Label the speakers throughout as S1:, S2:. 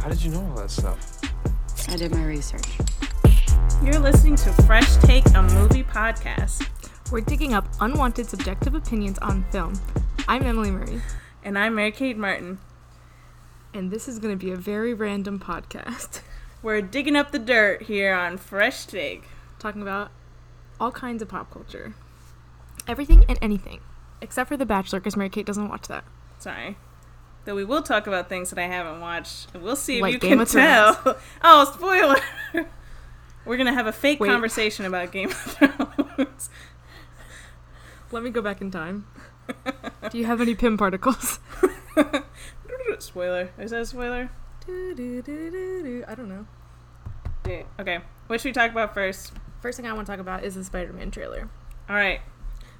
S1: How did you know all that stuff?
S2: I did my research.
S3: You're listening to Fresh Take, a movie podcast.
S4: We're digging up unwanted subjective opinions on film. I'm Emily Murray,
S3: And I'm Mary Kate Martin.
S4: and this is going to be a very random podcast
S3: We're digging up the dirt here on Fresh Take.
S4: talking about all kinds of pop culture. Everything and anything, except for The Bachelor, because Mary Kate doesn't watch that.
S3: Sorry. Though we will talk about things that I haven't watched. and We'll see if
S4: Like
S3: you
S4: Game
S3: can
S4: of
S3: tell.
S4: Thrones.
S3: Oh, spoiler! We're going to have a fake
S4: Wait.
S3: conversation about Game of Thrones.
S4: Let me go back in time. Do you have any PIM particles?
S3: spoiler. Is that a spoiler?
S4: I don't know.
S3: Okay. What should we talk about first?
S4: First thing I want to talk about is the Spider Man trailer,
S3: All right.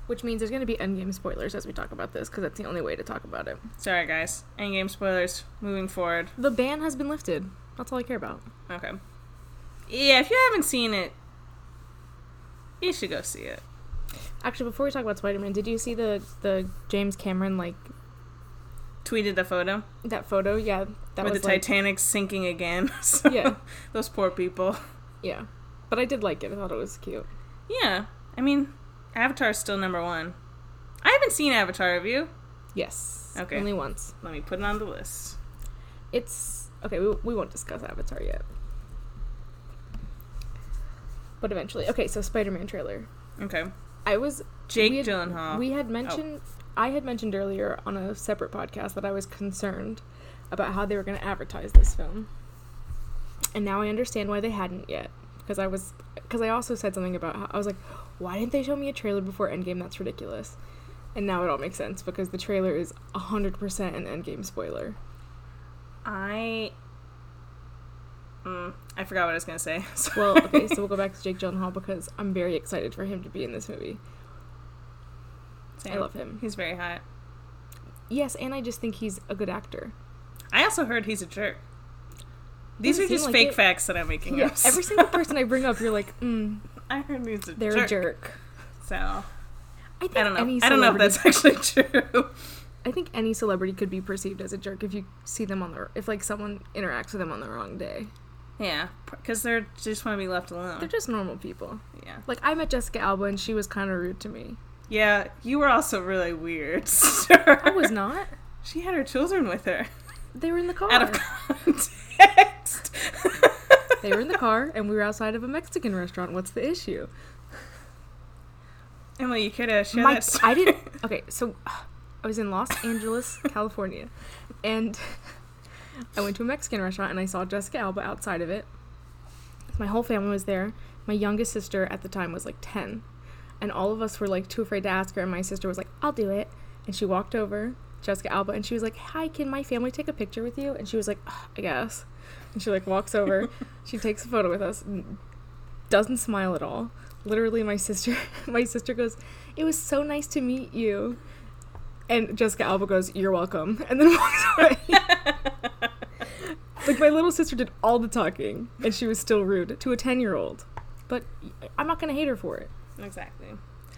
S4: which means there's going to be endgame spoilers as we talk about this, because that's the only way to talk about it.
S3: Sorry, guys. Endgame spoilers. Moving forward.
S4: The ban has been lifted. That's all I care about.
S3: Okay. Yeah, if you haven't seen it, you should go see it.
S4: Actually, before we talk about Spider Man, did you see the the James Cameron like
S3: Tweeted the photo
S4: that photo? Yeah, that
S3: with
S4: was
S3: the
S4: like,
S3: Titanic sinking again. So,
S4: Yeah.
S3: Those poor people.
S4: Yeah, but I did like it. I thought it was cute.
S3: Yeah. I mean, Avatar's still number one. I haven't seen Avatar, have you?
S4: Yes.
S3: Okay.
S4: Only once.
S3: Let me put it on the list.
S4: It's okay. We, we won't discuss Avatar yet, but eventually. Okay, so Spider Man trailer.
S3: Okay.
S4: I was
S3: Jake
S4: we had,
S3: Gyllenhaal. Oh.
S4: We had mentioned. I had mentioned earlier on a separate podcast that I was concerned about how they were going to advertise this film, and now I understand why they hadn't yet. Because I was, because I also said something about how I was like, why didn't they show me a trailer before Endgame? That's ridiculous. And now it all makes sense because the trailer is hundred percent an Endgame spoiler.
S3: I. Mm, I forgot what I was going to say. Sorry.
S4: Well, okay, so we'll go back to Jake Gyllenhaal because I'm very excited for him to be in this movie.
S3: Same.
S4: I love him.
S3: He's very hot.
S4: Yes, and I just think he's a good actor.
S3: I also heard he's a jerk. These
S4: Doesn't
S3: are
S4: seem
S3: just
S4: like
S3: fake
S4: it.
S3: facts that I'm making
S4: Yeah,
S3: up.
S4: every single person I bring up, you're like, mm,
S3: I heard he's a
S4: they're
S3: jerk.
S4: a jerk.
S3: So.
S4: I, think
S3: I don't know.
S4: Any
S3: I don't know if
S4: celebrity-
S3: that's actually true.
S4: I think any celebrity could be perceived as a jerk if you see them on the if like someone interacts with them on the wrong day.
S3: yeah, because they're just want to be left alone.
S4: They're just normal people.
S3: yeah,
S4: Like I met Jessica Alba and she was kind of rude to me.
S3: yeah. You were also really weird.
S4: I was Oh. not.
S3: She had her children with her
S4: They were in the car.
S3: out of context.
S4: they were in the car and we were outside of a Mexican restaurant. What's the issue?
S3: Emily, you could have shared
S4: My,
S3: that. Story.
S4: I didn't. Okay, so I was in Los Angeles, California, and I went to a Mexican restaurant and I saw Jessica Alba outside of it. My whole family was there. My youngest sister at the time was like 10, and all of us were like too afraid to ask her. And my sister was like, I'll do it. And she walked over, Jessica Alba, and she was like, Hi, can my family take a picture with you? And she was like, "Ugh, I guess. And she like walks over, she takes a photo with us, and doesn't smile at all. Literally, my sister, my sister goes, "It was so nice to meet you," and Jessica Alba goes, "You're welcome," and then walks away. like my little sister did all the talking, and she was still rude to a ten-year-old. But I'm not gonna hate her for it.
S3: Exactly.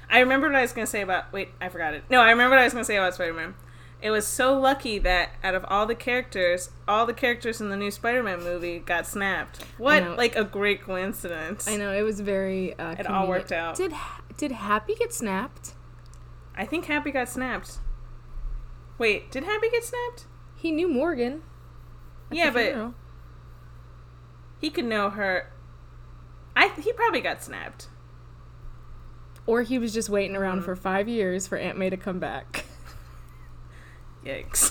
S3: I remember what I was going to say about. Wait, I forgot it. No, I remember what I was going to say about Spider Man. It was so lucky that out of all the characters, all the characters in the new Spider Man movie got snapped.
S4: know.
S3: What, like, a great coincidence.
S4: I know it was very. Uh,
S3: It all
S4: convenient.
S3: worked out.
S4: Did Ha- did Happy get snapped?
S3: I think Happy got snapped. Wait, did Happy get snapped?
S4: He knew Morgan. at
S3: yeah,
S4: the
S3: but
S4: funeral.
S3: he could know her. I he probably got snapped.
S4: or he was just waiting around
S3: Mm-hmm.
S4: for five years for Aunt May to come back.
S3: Yikes.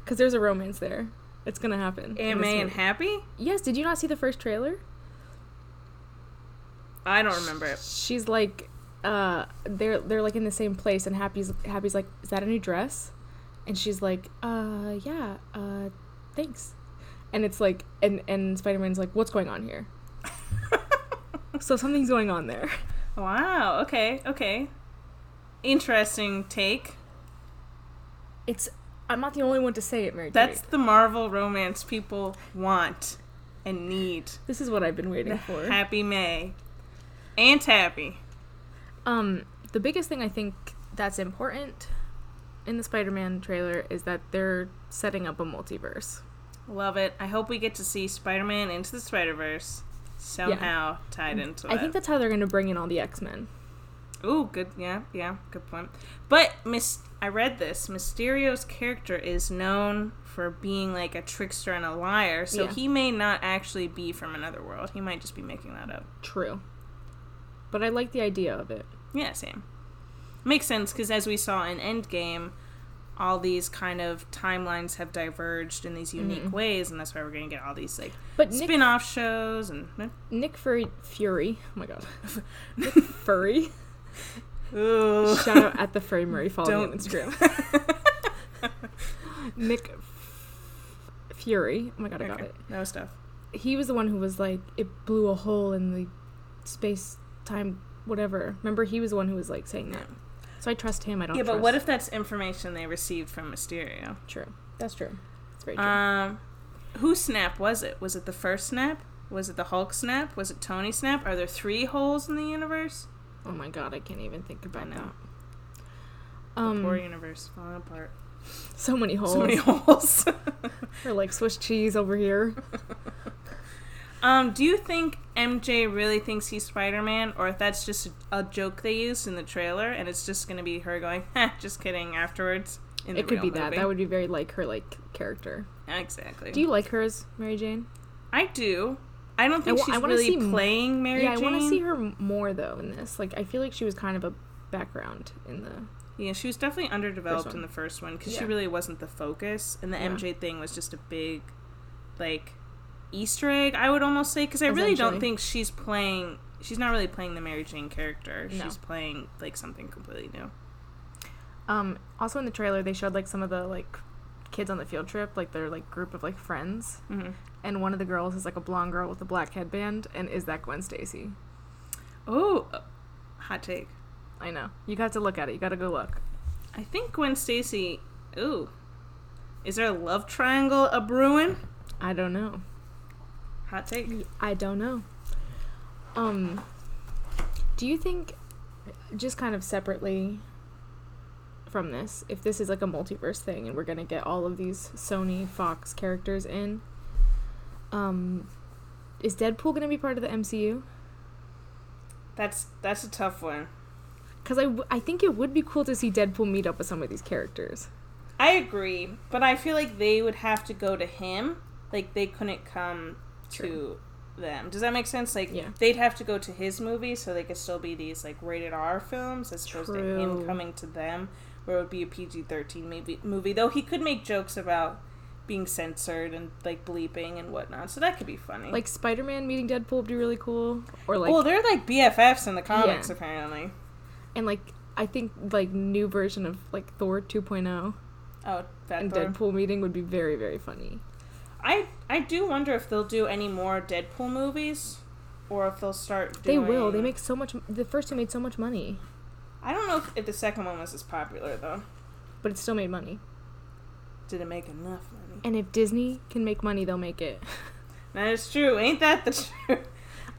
S4: Because there's a romance there. It's gonna happen. in
S3: Aunt
S4: this
S3: May and
S4: movie.
S3: Happy?
S4: yes, did you not see the first trailer?
S3: I don't remember it.
S4: She's like, uh, they're they're like in the same place, and Happy's Happy's like, is that a new dress? And she's like, uh, yeah, uh, thanks. And it's like, and and Spider Man's like, what's going on here? So something's going on there.
S3: wow. Okay. Okay. Interesting take.
S4: It's I'm not the only one to say it, Mary.
S3: That's
S4: Kate.
S3: the Marvel romance people want and need.
S4: this is what I've been waiting for.
S3: Happy May. Aunt Happy.
S4: Um, the biggest thing I think that's important in the Spider-Man trailer is that they're setting up a multiverse.
S3: Love it. I hope we get to see Spider Man into the Spider Verse somehow tied into
S4: I
S3: it.
S4: think that's how they're going to bring in all the X Men.
S3: Ooh, good. Yeah, yeah, good point. But Miss, I read this. Mysterio's character is known for being like a trickster and a liar, so
S4: Yeah.
S3: he may not actually be from another world. He might just be making that up.
S4: True. But I like the idea of it.
S3: Yeah, same. Makes sense because as we saw in Endgame, all these kind of timelines have diverged in these unique ways, and that's why we're gonna get all these like
S4: But Mm-hmm. Nick,
S3: spin-off shows and.
S4: Nick Fury, Fury, oh my god, Nick Fury.
S3: Ooh.
S4: Shout out at the Fury Murray. Follow me on
S3: Don't.
S4: Instagram. Nick Fury. Oh my god, I got
S3: Okay,
S4: it.
S3: no stuff.
S4: He was the one who was like, it blew a hole in the space time, whatever. Remember, he was the one who was like saying that. So I trust him. I don't.
S3: Yeah, but
S4: trust-
S3: what if that's information they received from Mysterio?
S4: True. That's true. That's very true.
S3: Um, whose snap was it? Was it the first snap? Was it the Hulk snap? Was it Tony snap? Are there three holes in the universe?
S4: oh my god, I can't even think about
S3: know.
S4: that.
S3: The poor
S4: Um,
S3: universe falling apart.
S4: so many holes.
S3: So many holes.
S4: Or like Swiss cheese over here.
S3: um, do you think MJ really thinks he's Spider Man, or if that's just a, a joke they used in the trailer, and it's just gonna be her going, "Heh, just kidding." Afterwards, in the
S4: it could
S3: real
S4: be that.
S3: movie?
S4: That would be very like her like character.
S3: exactly.
S4: Do you like her as Mary Jane?
S3: I do. I don't
S4: I
S3: think
S4: wa- I
S3: she's
S4: wanna
S3: really
S4: see m-
S3: playing Mary
S4: yeah,
S3: Jane.
S4: I want to see her m- more though in this. Like, I feel like she was kind of a background in the.
S3: Yeah, she was definitely underdeveloped
S4: First
S3: in
S4: one.
S3: the first one because she
S4: Yeah.
S3: really wasn't the focus, and the
S4: Yeah.
S3: MJ thing was just a big, like, Easter egg. I would almost say because I really don't
S4: Essentially.
S3: think she's playing. She's not really playing the Mary Jane character.
S4: No.
S3: She's playing like something completely new.
S4: Um. Also in the trailer, they showed like some of the like kids on the field trip, like their like group of like friends,
S3: Mhm.
S4: and one of the girls is like a blonde girl with a black headband, and is that Gwen Stacy?
S3: Oh, hot take.
S4: I know. You got to look at it. You got to go look.
S3: I think Gwen Stacy. Ooh, is there a love triangle a brewing?
S4: I don't know.
S3: Hot take.
S4: I don't know. Um, do you think, just kind of separately from this, if this is like a multiverse thing and we're gonna get all of these Sony Fox characters in, um, is Deadpool gonna be part of the MCU?
S3: That's that's a tough one.
S4: Because I, w- I think it would be cool to see Deadpool meet up with some of these characters.
S3: I agree, but I feel like they would have to go to him. Like they couldn't come
S4: True.
S3: to them. Does that make sense? Like
S4: Yeah.
S3: they'd have to go to his movie, so they could still be these like rated R films as opposed to him
S4: True.
S3: coming to them, where it would be a PG thirteen movie. Movie though he could make jokes about being censored and like bleeping and whatnot, so that could be funny.
S4: Like Spider Man meeting Deadpool would be really cool. Or like,
S3: well, they're like BFFs in the comics
S4: Yeah.
S3: apparently.
S4: and like, I think like new version of like Thor 2.0
S3: Oh, that
S4: and Deadpool meeting would be very very funny.
S3: I I do wonder if they'll do any more Deadpool movies, or if they'll start.
S4: They
S3: Doing...
S4: will. They make so much. The first two made so much money,
S3: I don't know if, if the second one was as popular though.
S4: but it still made money.
S3: Did it make enough money?
S4: And if Disney can make money, they'll make it.
S3: That is true. Ain't that the truth?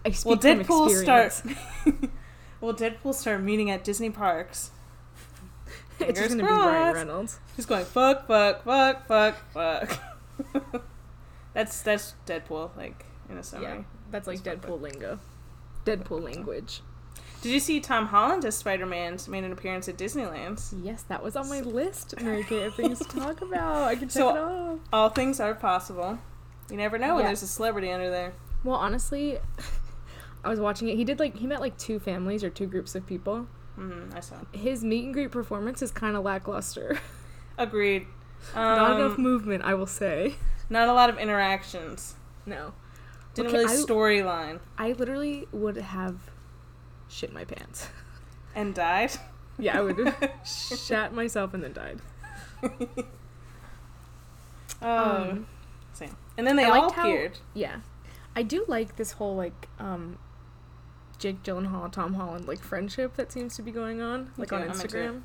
S4: I speak
S3: Will
S4: from
S3: Deadpool
S4: experience.
S3: start? Will Deadpool start meeting at Disney parks?
S4: it's
S3: Fingers
S4: just gonna be Ryan
S3: crossed.
S4: Reynolds.
S3: Just going fuck, fuck, fuck, fuck, fuck. that's that's Deadpool, like in a summary.
S4: Yeah, that's like
S3: Just fuck
S4: Deadpool lingo, Deadpool language.
S3: Did you see Tom Holland as Spider Man made an appearance at Disneyland?
S4: Yes, that was on my list, Mary Kay, of things to talk about. I can check
S3: So-
S4: it off.
S3: All things are possible. You never know when
S4: Yeah.
S3: there's a celebrity under there.
S4: Well, honestly, I was watching it. He did like he met like two families or two groups of people.
S3: Mm, I saw.
S4: His meet and greet performance is kind of lackluster.
S3: Agreed. Um,
S4: Not enough movement, I will say.
S3: Not a lot of interactions.
S4: No.
S3: Didn't
S4: Okay,
S3: really
S4: I-
S3: storyline
S4: I literally would have shit my pants.
S3: and died.
S4: Yeah, I would have shat myself and then died.
S3: Oh,
S4: Um,
S3: same. And then they
S4: I
S3: all
S4: liked how-
S3: appeared.
S4: yeah, I do like this whole like um, Jake Gyllenhaal, Tom Holland like friendship that seems to be going on like
S3: too,
S4: on
S3: I'm into it.
S4: Instagram.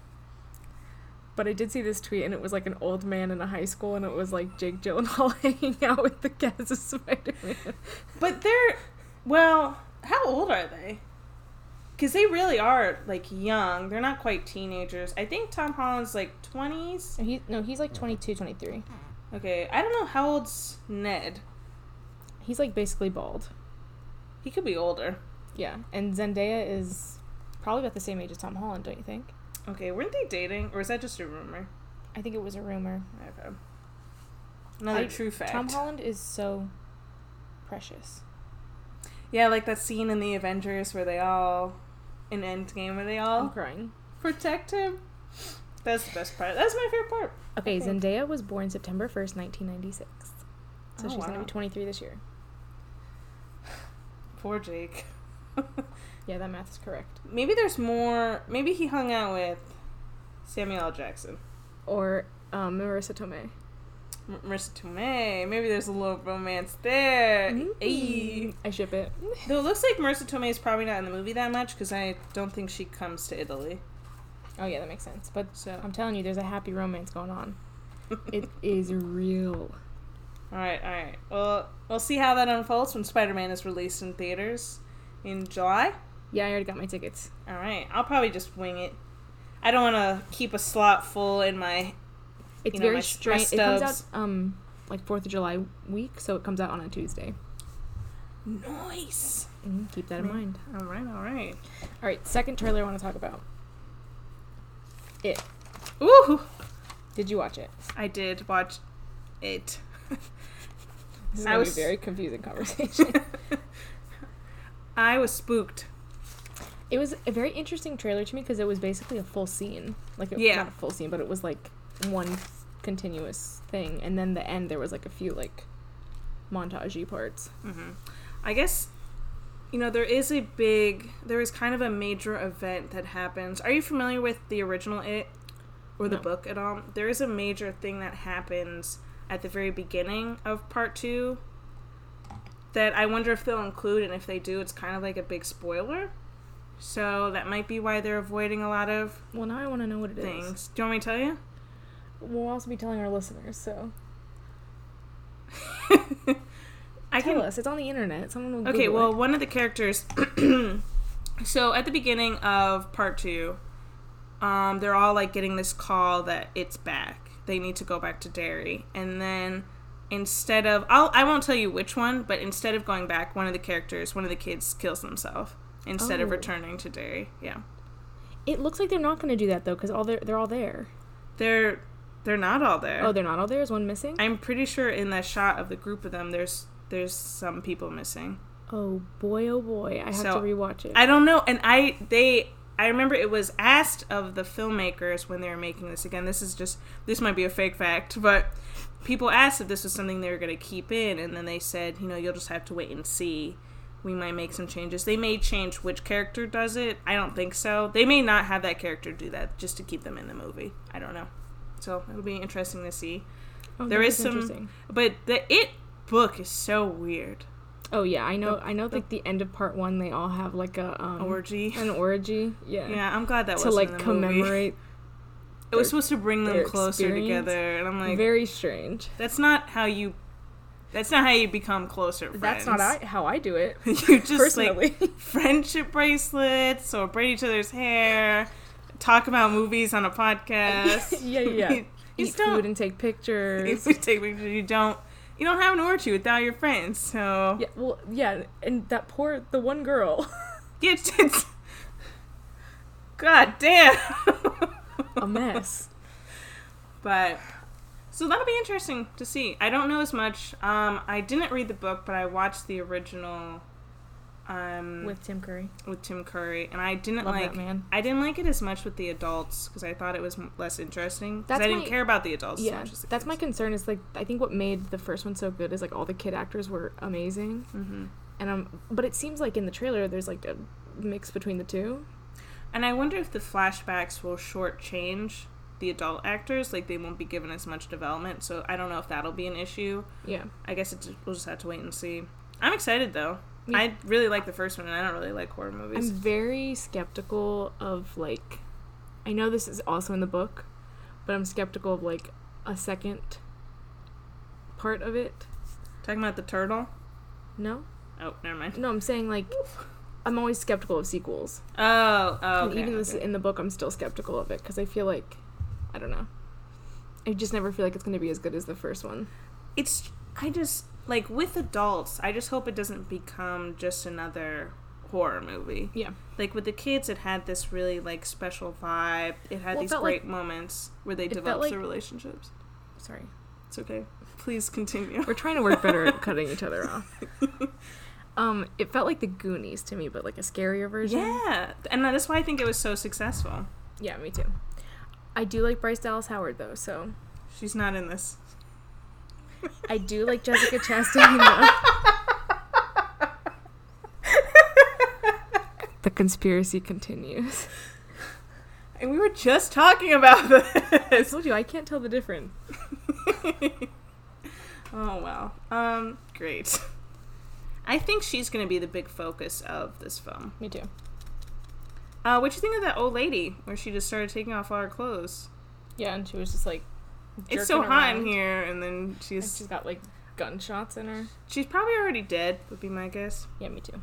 S4: But I did see this tweet and it was like an old man in a high school and it was like Jake Gyllenhaal hanging out with the cast of Spider Man.
S3: But they're well. How old are they? Because they really are like young. They're not quite teenagers. I think Tom Holland's like twenties.
S4: He no, he's like 22, 23.
S3: Okay, I don't know how old's Ned.
S4: He's like basically bald.
S3: He could be older.
S4: Yeah, and Zendaya is probably about the same age as Tom Holland, don't you think?
S3: Okay, weren't they dating, or is that just a rumor?
S4: I think it was a rumor.
S3: Okay. Another
S4: I-
S3: true fact.
S4: Tom Holland is so precious.
S3: Yeah, like that scene in the Avengers where they all in Endgame where they all
S4: I'm crying.
S3: protect him. That's the best part. That's my favorite part.
S4: Okay,
S3: think-
S4: Zendaya was born September 1st, 1996. So
S3: Oh,
S4: she's going to
S3: wow.
S4: be 23 this year.
S3: Poor Jake.
S4: Yeah, that math is correct.
S3: maybe there's more. Maybe he hung out with Samuel L. Jackson,
S4: Or um, Marissa Tomei.
S3: M- Marissa Tomei. Maybe there's a little romance there. Ayy.
S4: Mm-hmm. I ship it.
S3: Though it looks like Marissa Tomei is probably not in the movie that much because I don't think she comes to Italy.
S4: Oh, yeah, that makes sense. But
S3: So
S4: I'm telling you, there's a happy romance going on. It is real.
S3: All right, all right. Well, we'll see how that unfolds when Spider-Man is released in theaters in July.
S4: Yeah, I already got my tickets.
S3: All right, I'll probably just wing it. I don't want to keep a slot full in my.
S4: It's
S3: You know, my- my
S4: very strange. It comes out
S3: stubs.
S4: um like 4th of July week, so it comes out on a Tuesday.
S3: Nice.
S4: Mm, keep that in mind.
S3: All Mm-hmm. right, all right.
S4: All right, second trailer I want to talk about. It.
S3: Ooh,
S4: Did you watch it?
S3: I did watch it.
S4: This is
S3: I
S4: gonna be
S3: was-
S4: a very confusing conversation.
S3: I was spooked.
S4: it was a very interesting trailer to me because it was basically a full scene. Like, it,
S3: Yeah.
S4: not a full scene, but it was like one continuous thing. And then the end, there was like a few like montagey parts.
S3: Mm-hmm. I guess, you know, there is a big, there is kind of a major event that happens. Are you familiar with the original It or the
S4: No.
S3: book at all? There is a major thing that happens at the very beginning of part two that I wonder if they'll include, and if they do, it's kind of like a big spoiler. So that might be why they're avoiding a lot of
S4: Well, now I want to know what it is.
S3: things. Do you want me to tell you?
S4: We'll also be telling our listeners, so
S3: I
S4: tell
S3: can
S4: us. It's on the internet. Someone will.
S3: Okay,
S4: Google
S3: well,
S4: it.
S3: one of the characters. so at the beginning of part two, um, they're all like getting this call that it's back. They need to go back to Derry, and then instead of I'll, I won't tell you which one, but instead of going back, one of the characters, one of the kids, kills themselves instead of
S4: Oh.
S3: returning to Derry. Yeah,
S4: it looks like they're not going to do that though, because all they're they're all there.
S3: they're they're not all there.
S4: Oh, they're not all there. Is one missing?
S3: I'm pretty sure in that shot of the group of them, there's there's some people missing.
S4: Oh boy, oh boy! I have
S3: So,
S4: to rewatch it.
S3: I don't know. And I they I remember it was asked of the filmmakers when they were making this. Again, this is just this might be a fake fact, but people asked if this was something they were going to keep in, and then they said, you know, you'll just have to wait and see. We might make some changes. They may change which character does it. I don't think so. They may not have that character do that just to keep them in the movie. I don't know. So it'll be interesting to see.
S4: oh,
S3: there
S4: that
S3: is some-
S4: Interesting.
S3: But the it book is so weird.
S4: Oh yeah, I know. I know. Like the end of part one, they all have like a um,
S3: Orgy.
S4: an orgy. Yeah.
S3: Yeah, I'm glad that
S4: To
S3: wasn't
S4: like
S3: in the movie.
S4: commemorate.
S3: It was supposed to bring them
S4: their
S3: closer
S4: experience.
S3: together, and I'm like,
S4: Very strange.
S3: that's not how you. That's not how you become closer friends.
S4: That's not I, how I do it.
S3: you just like
S4: personally.
S3: friendship bracelets or braid each other's hair, talk about movies on a podcast.
S4: yeah, yeah. yeah.
S3: you
S4: Eat
S3: just don't.
S4: food and take pictures.
S3: if you take pictures, you don't. You don't have an orgy without your friends. So
S4: yeah. Well, yeah. And that poor the one girl.
S3: yeah, it's, it's- God damn.
S4: a mess.
S3: But so that'll be interesting to see. I don't know as much. Um, I didn't read the book, but I watched the original um, with
S4: With Tim Curry.
S3: with Tim Curry, and I didn't
S4: Love
S3: like.
S4: that man.
S3: I didn't like it as much with the adults because I thought it was m- less interesting. Because
S4: That's
S3: I didn't
S4: my-
S3: care about the adults. as
S4: Yeah,
S3: much as the
S4: that's my concern. Is like I think what made the first one so good is like all the kid actors were amazing,
S3: hmm
S4: and um, but it seems like in the trailer there's like a mix between the two.
S3: And I wonder if the flashbacks will shortchange the adult actors. Like they won't be given as much development. So I don't know if that'll be an issue.
S4: Yeah,
S3: I guess it's, we'll just have to wait and see. I'm excited though.
S4: Yeah.
S3: I really like the first one, and I don't really like horror movies.
S4: I'm very skeptical of like, I know this is also in the book, but I'm skeptical of like a second part of it.
S3: Talking about the turtle?
S4: No,
S3: Oh, never mind.
S4: no, I'm saying like, I'm always skeptical of sequels,
S3: Oh, oh.
S4: and
S3: okay,
S4: even this
S3: okay.
S4: in the book I'm still skeptical of it because I feel like, I don't know. I just never feel like it's going to be as good as the first one.
S3: It's I just like with adults, I just hope it doesn't become just another horror movie.
S4: Yeah.
S3: Like with the kids, it had this really like special vibe. It had
S4: Well, it
S3: these
S4: felt
S3: great moments where they
S4: it felt
S3: developed
S4: like-
S3: their relationships.
S4: Sorry.
S3: It's okay. Please continue.
S4: We're trying to work better at cutting each other off. Um, it felt like the Goonies to me, but like a scarier version.
S3: Yeah, and that's why I think it was so successful.
S4: Yeah, me too. I do like Bryce Dallas Howard though, so
S3: She's not in this.
S4: I do like Jessica Chastain. Though. the conspiracy continues.
S3: And we were just talking about
S4: I
S3: this.
S4: told you I can't tell the difference.
S3: oh wow. Um, great. I think she's gonna be the big focus of this film.
S4: Me too.
S3: Uh, what you think of that old lady where she just started taking off all her clothes?
S4: Yeah, and she was just like,
S3: it's so hot in here, and then she's
S4: she's got like gunshots in her.
S3: she's probably already dead. Would be my guess.
S4: Yeah, me too.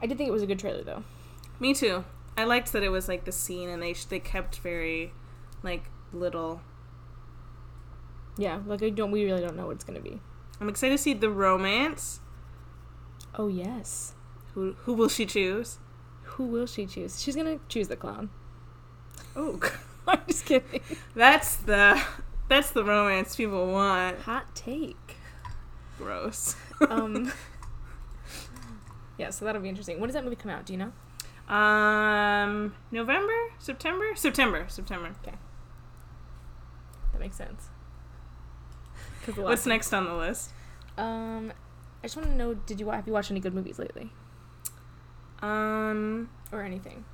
S4: I did think it was a good trailer though.
S3: Me too. I liked that it was like the scene, and they sh- they kept very like little.
S4: Yeah, like I don't. We really don't know what it's gonna be.
S3: I'm excited to see the romance.
S4: Oh yes.
S3: Who who will she choose?
S4: Who will she choose? She's gonna choose the clown.
S3: Oh,
S4: I'm just kidding.
S3: that's the that's the romance people want.
S4: Hot take.
S3: Gross.
S4: Um. yeah, so that'll be interesting. When does that movie come out? Do you know?
S3: Um, November, September, September, September.
S4: That makes sense. 'Cause the
S3: What's
S4: last-
S3: next on the list?
S4: Um, I just want to know: Did you wa- have you watched any good movies lately,
S3: Um,
S4: or anything?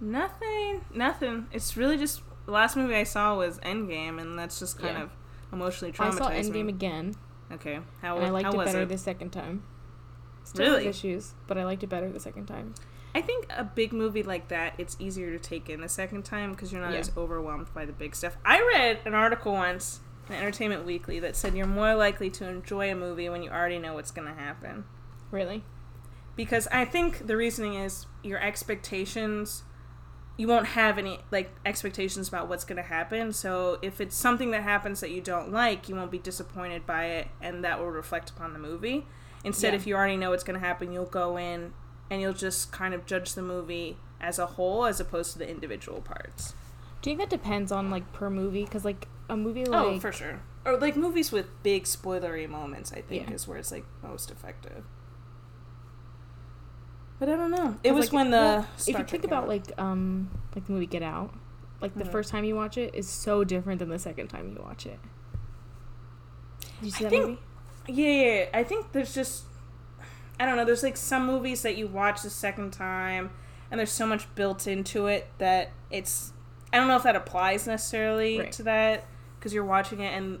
S3: nothing, nothing. It's really just the last movie I saw was Endgame, and that's just kind
S4: Yeah.
S3: of emotionally
S4: I
S3: traumatized
S4: saw Endgame
S3: me.
S4: again,
S3: Okay, how,
S4: and I liked
S3: how
S4: it
S3: was
S4: better
S3: it?
S4: the second time. Still has
S3: Really?
S4: issues, but I liked it better the second time.
S3: I think a big movie like that, it's easier to take in the second time because you're not
S4: Yeah.
S3: as overwhelmed by the big stuff. I read an article once in Entertainment Weekly that said you're more likely to enjoy a movie when you already know what's going to happen.
S4: Really?
S3: Because I think the reasoning is your expectations, you won't have any like expectations about what's going to happen. So if it's something that happens that you don't like, you won't be disappointed by it and that will reflect upon the movie. Instead,
S4: Yeah.
S3: if you already know what's going to happen, you'll go in and you'll just kind of judge the movie as a whole as opposed to the individual parts.
S4: Do you think that depends on like per movie? Because like a movie like
S3: oh, for sure. Or like movies with big spoilery moments, I think
S4: Yeah.
S3: is where it's like most effective. But I don't know. It
S4: 'Cause,
S3: was
S4: like,
S3: when the
S4: well, if
S3: Star
S4: you
S3: Trek
S4: think
S3: came
S4: about
S3: out.
S4: like um like the movie Get Out, like the
S3: Mhm.
S4: first time you watch it is so different than the second time you watch it. Did you see
S3: I
S4: that
S3: think-
S4: movie?
S3: Yeah, yeah, yeah. I think there's just I don't know, there's like some movies that you watch the second time and there's so much built into it that it's I don't know if that applies necessarily
S4: Right.
S3: to that cuz you're watching it and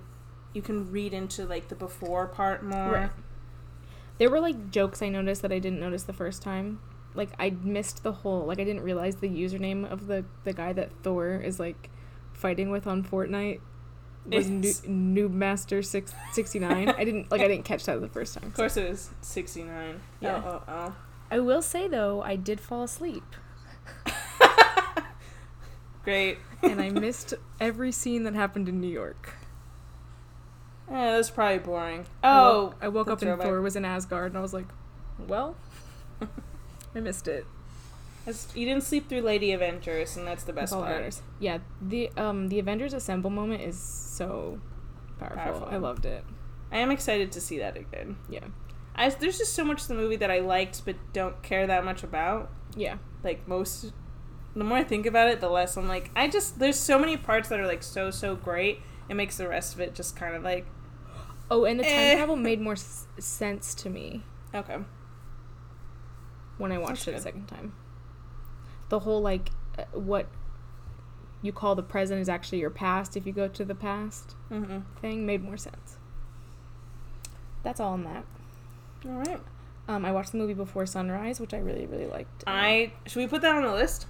S3: you can read into like the before part more.
S4: Right. There were like jokes I noticed that I didn't notice the first time. Like I missed the whole like I didn't realize the username of the the guy that Thor is like fighting with on Fortnite was nu-
S3: It's-
S4: Noob Master six sixty nine. I didn't like I didn't catch that the first time.
S3: Of course it was 69.
S4: Yeah.
S3: Oh, oh,
S4: I will say though I did fall asleep
S3: oh. Great.
S4: and I missed every scene that happened in New York.
S3: Eh, that was probably boring.
S4: I
S3: Oh,
S4: woke- I woke
S3: the
S4: up and
S3: throwback.
S4: Thor was in Asgard, and I was like, well, I missed it.
S3: that's- you didn't sleep through Lady Avengers and that's the best
S4: That's all that
S3: part.
S4: matters. Yeah, the um the Avengers Assemble moment is so powerful.
S3: Powerful.
S4: I loved it.
S3: I am excited to see that again.
S4: Yeah,
S3: I, there's just so much of the movie that I liked but don't care that much about.
S4: yeah,
S3: Like most, the more I think about it, the less I'm like. I just there's so many parts that are like so so great. It makes the rest of it just kind of like
S4: Oh, and the time
S3: Eh.
S4: travel made more s- sense to me
S3: okay.
S4: when I watched
S3: That's
S4: it a
S3: good.
S4: second time. The whole like uh, what you call the present is actually your past if you go to the past
S3: Mm-hmm.
S4: thing made more sense. That's all on that.
S3: All right.
S4: Um, I watched the movie Before Sunrise, which I really really liked.
S3: I should we put that on the list?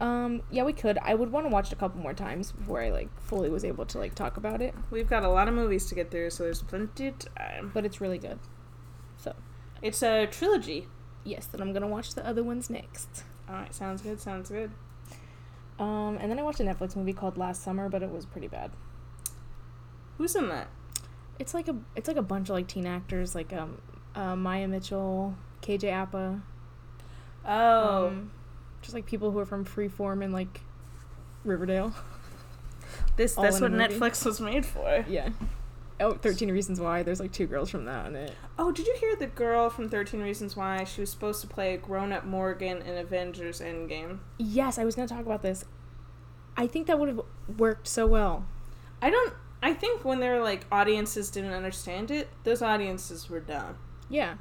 S4: Um, yeah, we could. I would want to watch it a couple more times before I like fully was able to like talk about it,
S3: We've got a lot of movies to get through, so there's plenty of time.
S4: but it's really good. So,
S3: It's a trilogy.
S4: yes, then I'm going to watch the other ones next.
S3: All right, sounds good. Sounds good.
S4: Um, and then I watched a Netflix movie called Last Summer, but it was pretty bad.
S3: Who's in that?
S4: It's like a it's like a bunch of like teen actors, like um, uh, Maya Mitchell, KJ Appa,
S3: Oh,
S4: um, just like people who are from Freeform and like Riverdale.
S3: this
S4: all
S3: that's
S4: in a
S3: what
S4: movie.
S3: Netflix was made for.
S4: yeah. Oh, 13 Reasons Why. There's like two girls from that in it.
S3: Oh, did you hear the girl from Thirteen Reasons Why? She was supposed to play grown-up Morgan in Avengers Endgame.
S4: Yes, I was gonna talk about this. I think that would have worked so well.
S3: I don't. I think when their like audiences didn't understand it, those audiences were dumb.
S4: Yeah,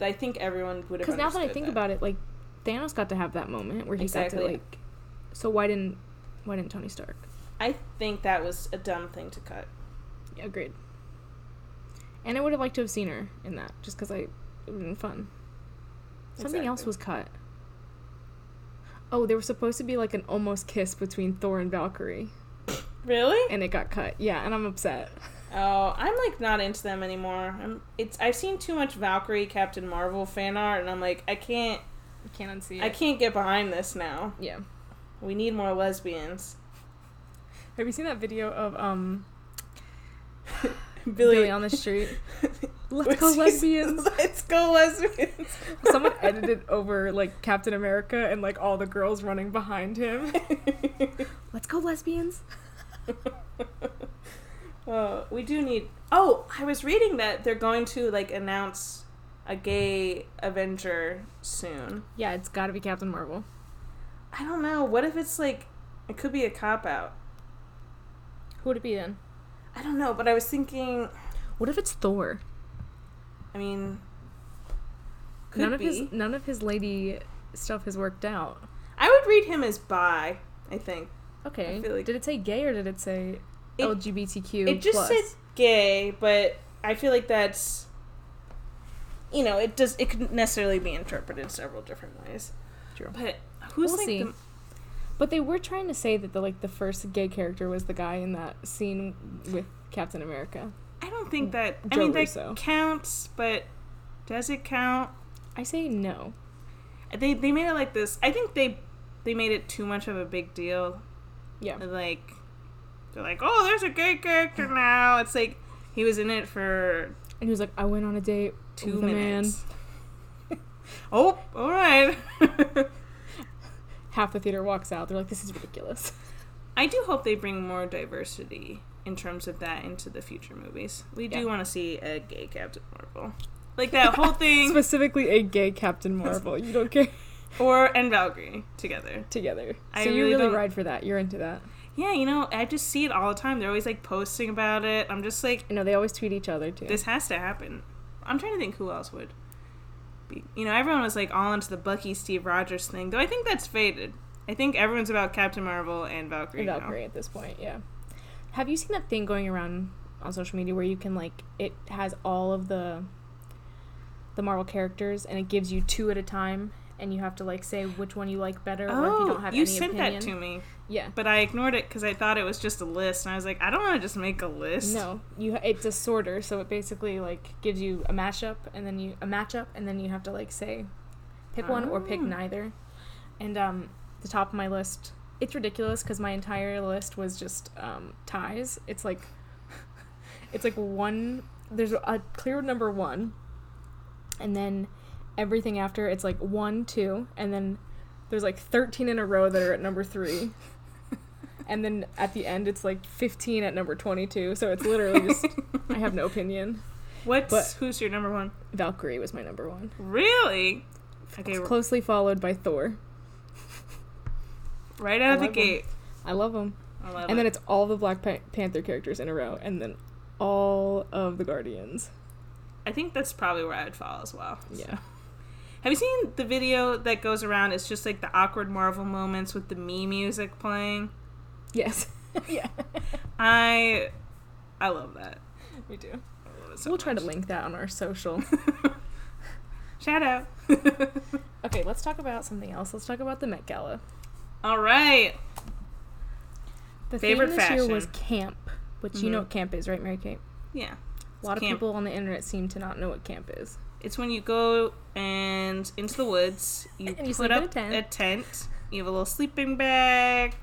S3: I think everyone would have.
S4: because now that I
S3: understood
S4: think about it, like Thanos got to have that moment where he got to
S3: Exactly.
S4: like. So why didn't why didn't Tony Stark?
S3: I think that was a dumb thing to cut.
S4: Yeah, agreed. And I would have liked to have seen her in that, just because I it would have been fun. Something
S3: Exactly.
S4: else was cut. Oh, there was supposed to be like an almost kiss between Thor and Valkyrie,
S3: Really?
S4: and it got cut. Yeah, and I'm upset.
S3: Oh, I'm like not into them anymore. I'm. It's. I've seen too much Valkyrie Captain Marvel fan art, and I'm like, I can't.
S4: Can't unsee
S3: I can't get behind this now.
S4: yeah.
S3: We need more lesbians.
S4: Have you seen that video of um
S3: Billy,
S4: Billy on the street? Let's go lesbians.
S3: Let's go lesbians.
S4: Someone edited over like Captain America and like all the girls running behind him. Let's go lesbians.
S3: Uh, we do need. Oh, I was reading that they're going to like announce a gay Avenger soon.
S4: Yeah, it's got to be Captain Marvel.
S3: I don't know. What if it's like it could be a cop out?
S4: Who would it be then?
S3: I don't know, but I was thinking.
S4: What if it's Thor?
S3: I mean, could
S4: none of
S3: be.
S4: his none of his lady stuff has worked out.
S3: I would read him as bi. I think
S4: Okay.
S3: I feel like-
S4: did it say gay or did it say
S3: It-
S4: LGBTQ?
S3: it just
S4: plus?
S3: says gay, but I feel like that's. You know, it does. It could necessarily be interpreted several different ways.
S4: True.
S3: But who's
S4: We'll
S3: like
S4: see.
S3: the
S4: But they were trying to say that the like the first gay character was the guy in that scene with Captain America.
S3: I don't think that. I
S4: Joe
S3: mean, that
S4: Russo.
S3: counts, but does it count?
S4: I say no.
S3: They they made it like this. I think they they made it too much of a big deal.
S4: Yeah.
S3: Like they're like, oh, there's a gay character now. It's like he was in it for
S4: And he was like, I went on a date
S3: two
S4: with a
S3: minutes. oh, all right.
S4: man. Half the theater walks out. They're like, this is ridiculous.
S3: I do hope they bring more diversity in terms of that into the future movies. We do
S4: Yeah.
S3: want to see a gay Captain Marvel. Like that whole thing,
S4: Specifically, a gay Captain Marvel. You don't care
S3: or and Valkyrie together.
S4: together.
S3: I
S4: so you
S3: really
S4: really
S3: don't-
S4: ride for that. You're into that.
S3: Yeah, you know, I just see it all the time. They're always like posting about it. I'm just like,
S4: I know they always tweet each other too.
S3: this has to happen. I'm trying to think who else would be. You know, everyone was like all into the Bucky Steve Rogers thing, though I think that's faded. I think everyone's about Captain Marvel and Valkyrie. now.
S4: Valkyrie at this point, yeah. Have you seen that thing going around on social media where you can like it has all of the the Marvel characters and it gives you two at a time and you have to like say which one you like better or if
S3: Oh,
S4: you
S3: you,
S4: don't have any
S3: sent
S4: opinion.
S3: that to me,
S4: Yeah.
S3: but I ignored it because I thought it was just a list, and I was like, I don't want to just make a list.
S4: No, you it's a sorter, so it basically like gives you a mashup and then you a matchup and then you have to like say pick one or pick
S3: Oh.
S4: neither. And um the top of my list, it's ridiculous cuz my entire list was just um ties. It's like it's like one there's a clear number 1 and then everything after it's like 1 2 and then there's like 13 in a row that are at number 3. And then at the end, it's like 15 at number 22. So it's literally just, I have no opinion.
S3: What's
S4: But-
S3: who's your number one?
S4: Valkyrie was my number one.
S3: Really? Okay,
S4: It's closely followed by Thor.
S3: right out of the
S4: love 'em.
S3: gate.
S4: I love him.
S3: I love
S4: And then
S3: it.
S4: it's all the Black Pan- Panther characters in a row. And then all of the Guardians.
S3: I think that's probably where I'd fall as well.
S4: Yeah.
S3: Have you seen the video that goes around? It's just like the awkward Marvel moments with the me music playing.
S4: Yes. yeah.
S3: I I love that.
S4: We do.
S3: I love it so
S4: So we'll try to
S3: much.
S4: link that on our social.
S3: Shout out.
S4: okay, let's talk about something else. Let's talk about the Met Gala.
S3: All right.
S4: The
S3: Favorite
S4: theme this year
S3: fashion.
S4: was camp, which you know what camp is, right, Mary Kate?
S3: Yeah.
S4: A lot of
S3: Camp.
S4: people on the internet seem to not know what camp is.
S3: It's when you go and into the woods, you
S4: And you
S3: put
S4: sleep in
S3: up
S4: a tent.
S3: tent, You have a little sleeping bag.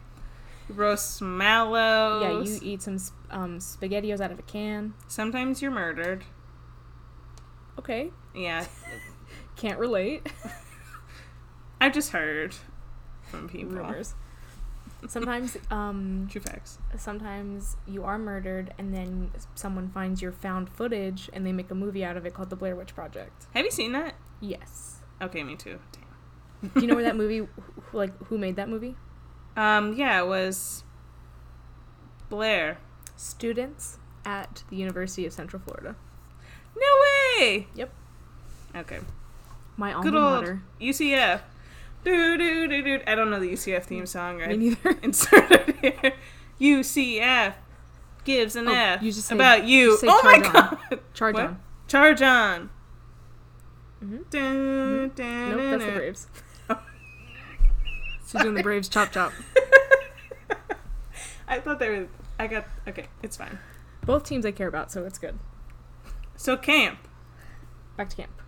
S3: You roast some mallows.
S4: Yeah, you eat some sp- um, spaghettios out of a can.
S3: Sometimes you're murdered.
S4: Okay,
S3: Yeah,
S4: can't relate.
S3: I've just heard from people.
S4: Rumors. Sometimes, um,
S3: True facts.
S4: sometimes you are murdered, and then someone finds your found footage, and they make a movie out of it called The Blair Witch Project.
S3: Have you seen that?
S4: Yes.
S3: Okay, me too.
S4: Do you know where that movie, wh- like, who made that movie?
S3: Um, yeah, it was Blair.
S4: Students at the University of Central Florida.
S3: No way.
S4: Yep.
S3: Okay.
S4: My alma
S3: Good old
S4: mater.
S3: UCF. Do do do do. I don't know the UCF theme song,
S4: Me
S3: right?
S4: neither.
S3: Insert it here. UCF gives an
S4: Oh,
S3: F
S4: you just say-
S3: about you.
S4: you say
S3: oh my
S4: charge on.
S3: god.
S4: Charge
S3: What?
S4: on.
S3: Charge on.
S4: Mhm.
S3: Dun, dun,
S4: Nope, that's the Braves. She's doing the Braves chop chop.
S3: I thought they were. I got okay. It's fine.
S4: Both teams I care about, so it's good.
S3: So camp.
S4: Back to camp.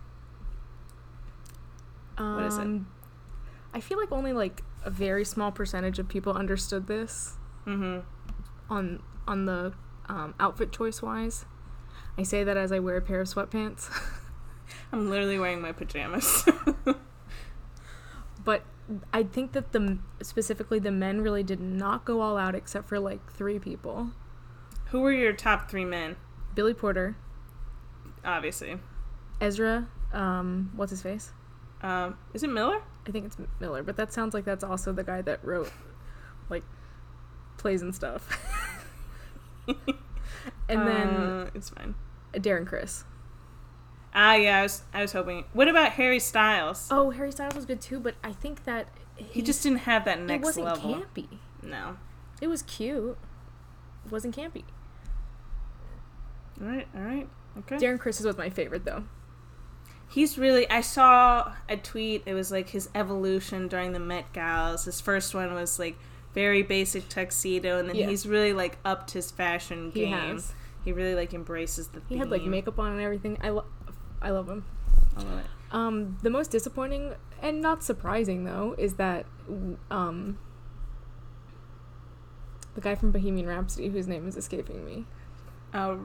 S4: Um,
S3: What is it?
S4: I feel like only like a very small percentage of people understood this
S3: Mm-hmm.
S4: on on the um, outfit choice wise. I say that as I wear a pair of sweatpants,
S3: I'm literally wearing my pajamas.
S4: but I think that the specifically the men really did not go all out except for like three people:
S3: Who were your top three men?
S4: Billy Porter,
S3: Obviously.
S4: Ezra, um, what's his face?
S3: Um, is it Miller?
S4: I think it's Miller, but that sounds like that's also the guy that wrote like plays and stuff. and
S3: Uh, it's fine.
S4: then Darren Chris.
S3: Ah, yeah. I was, I was hoping. What about Harry Styles?
S4: Oh, Harry Styles was good too, but I think that
S3: he just didn't have that
S4: it
S3: next
S4: wasn't
S3: level.
S4: campy.
S3: No.
S4: It was cute. It wasn't campy.
S3: All right. All right. Okay.
S4: Darren Chris was my favorite though.
S3: He's really. I saw a tweet. It was like his evolution during the Met Galas. His first one was like very basic tuxedo, and then
S4: Yeah.
S3: he's really like upped his fashion
S4: He
S3: game.
S4: has.
S3: He really like embraces the. Theme.
S4: He had like makeup on and everything. I love I love him.
S3: I love it.
S4: Um, the most disappointing and not surprising though is that w- um, the guy from Bohemian Rhapsody, whose name is escaping me,
S3: Uh,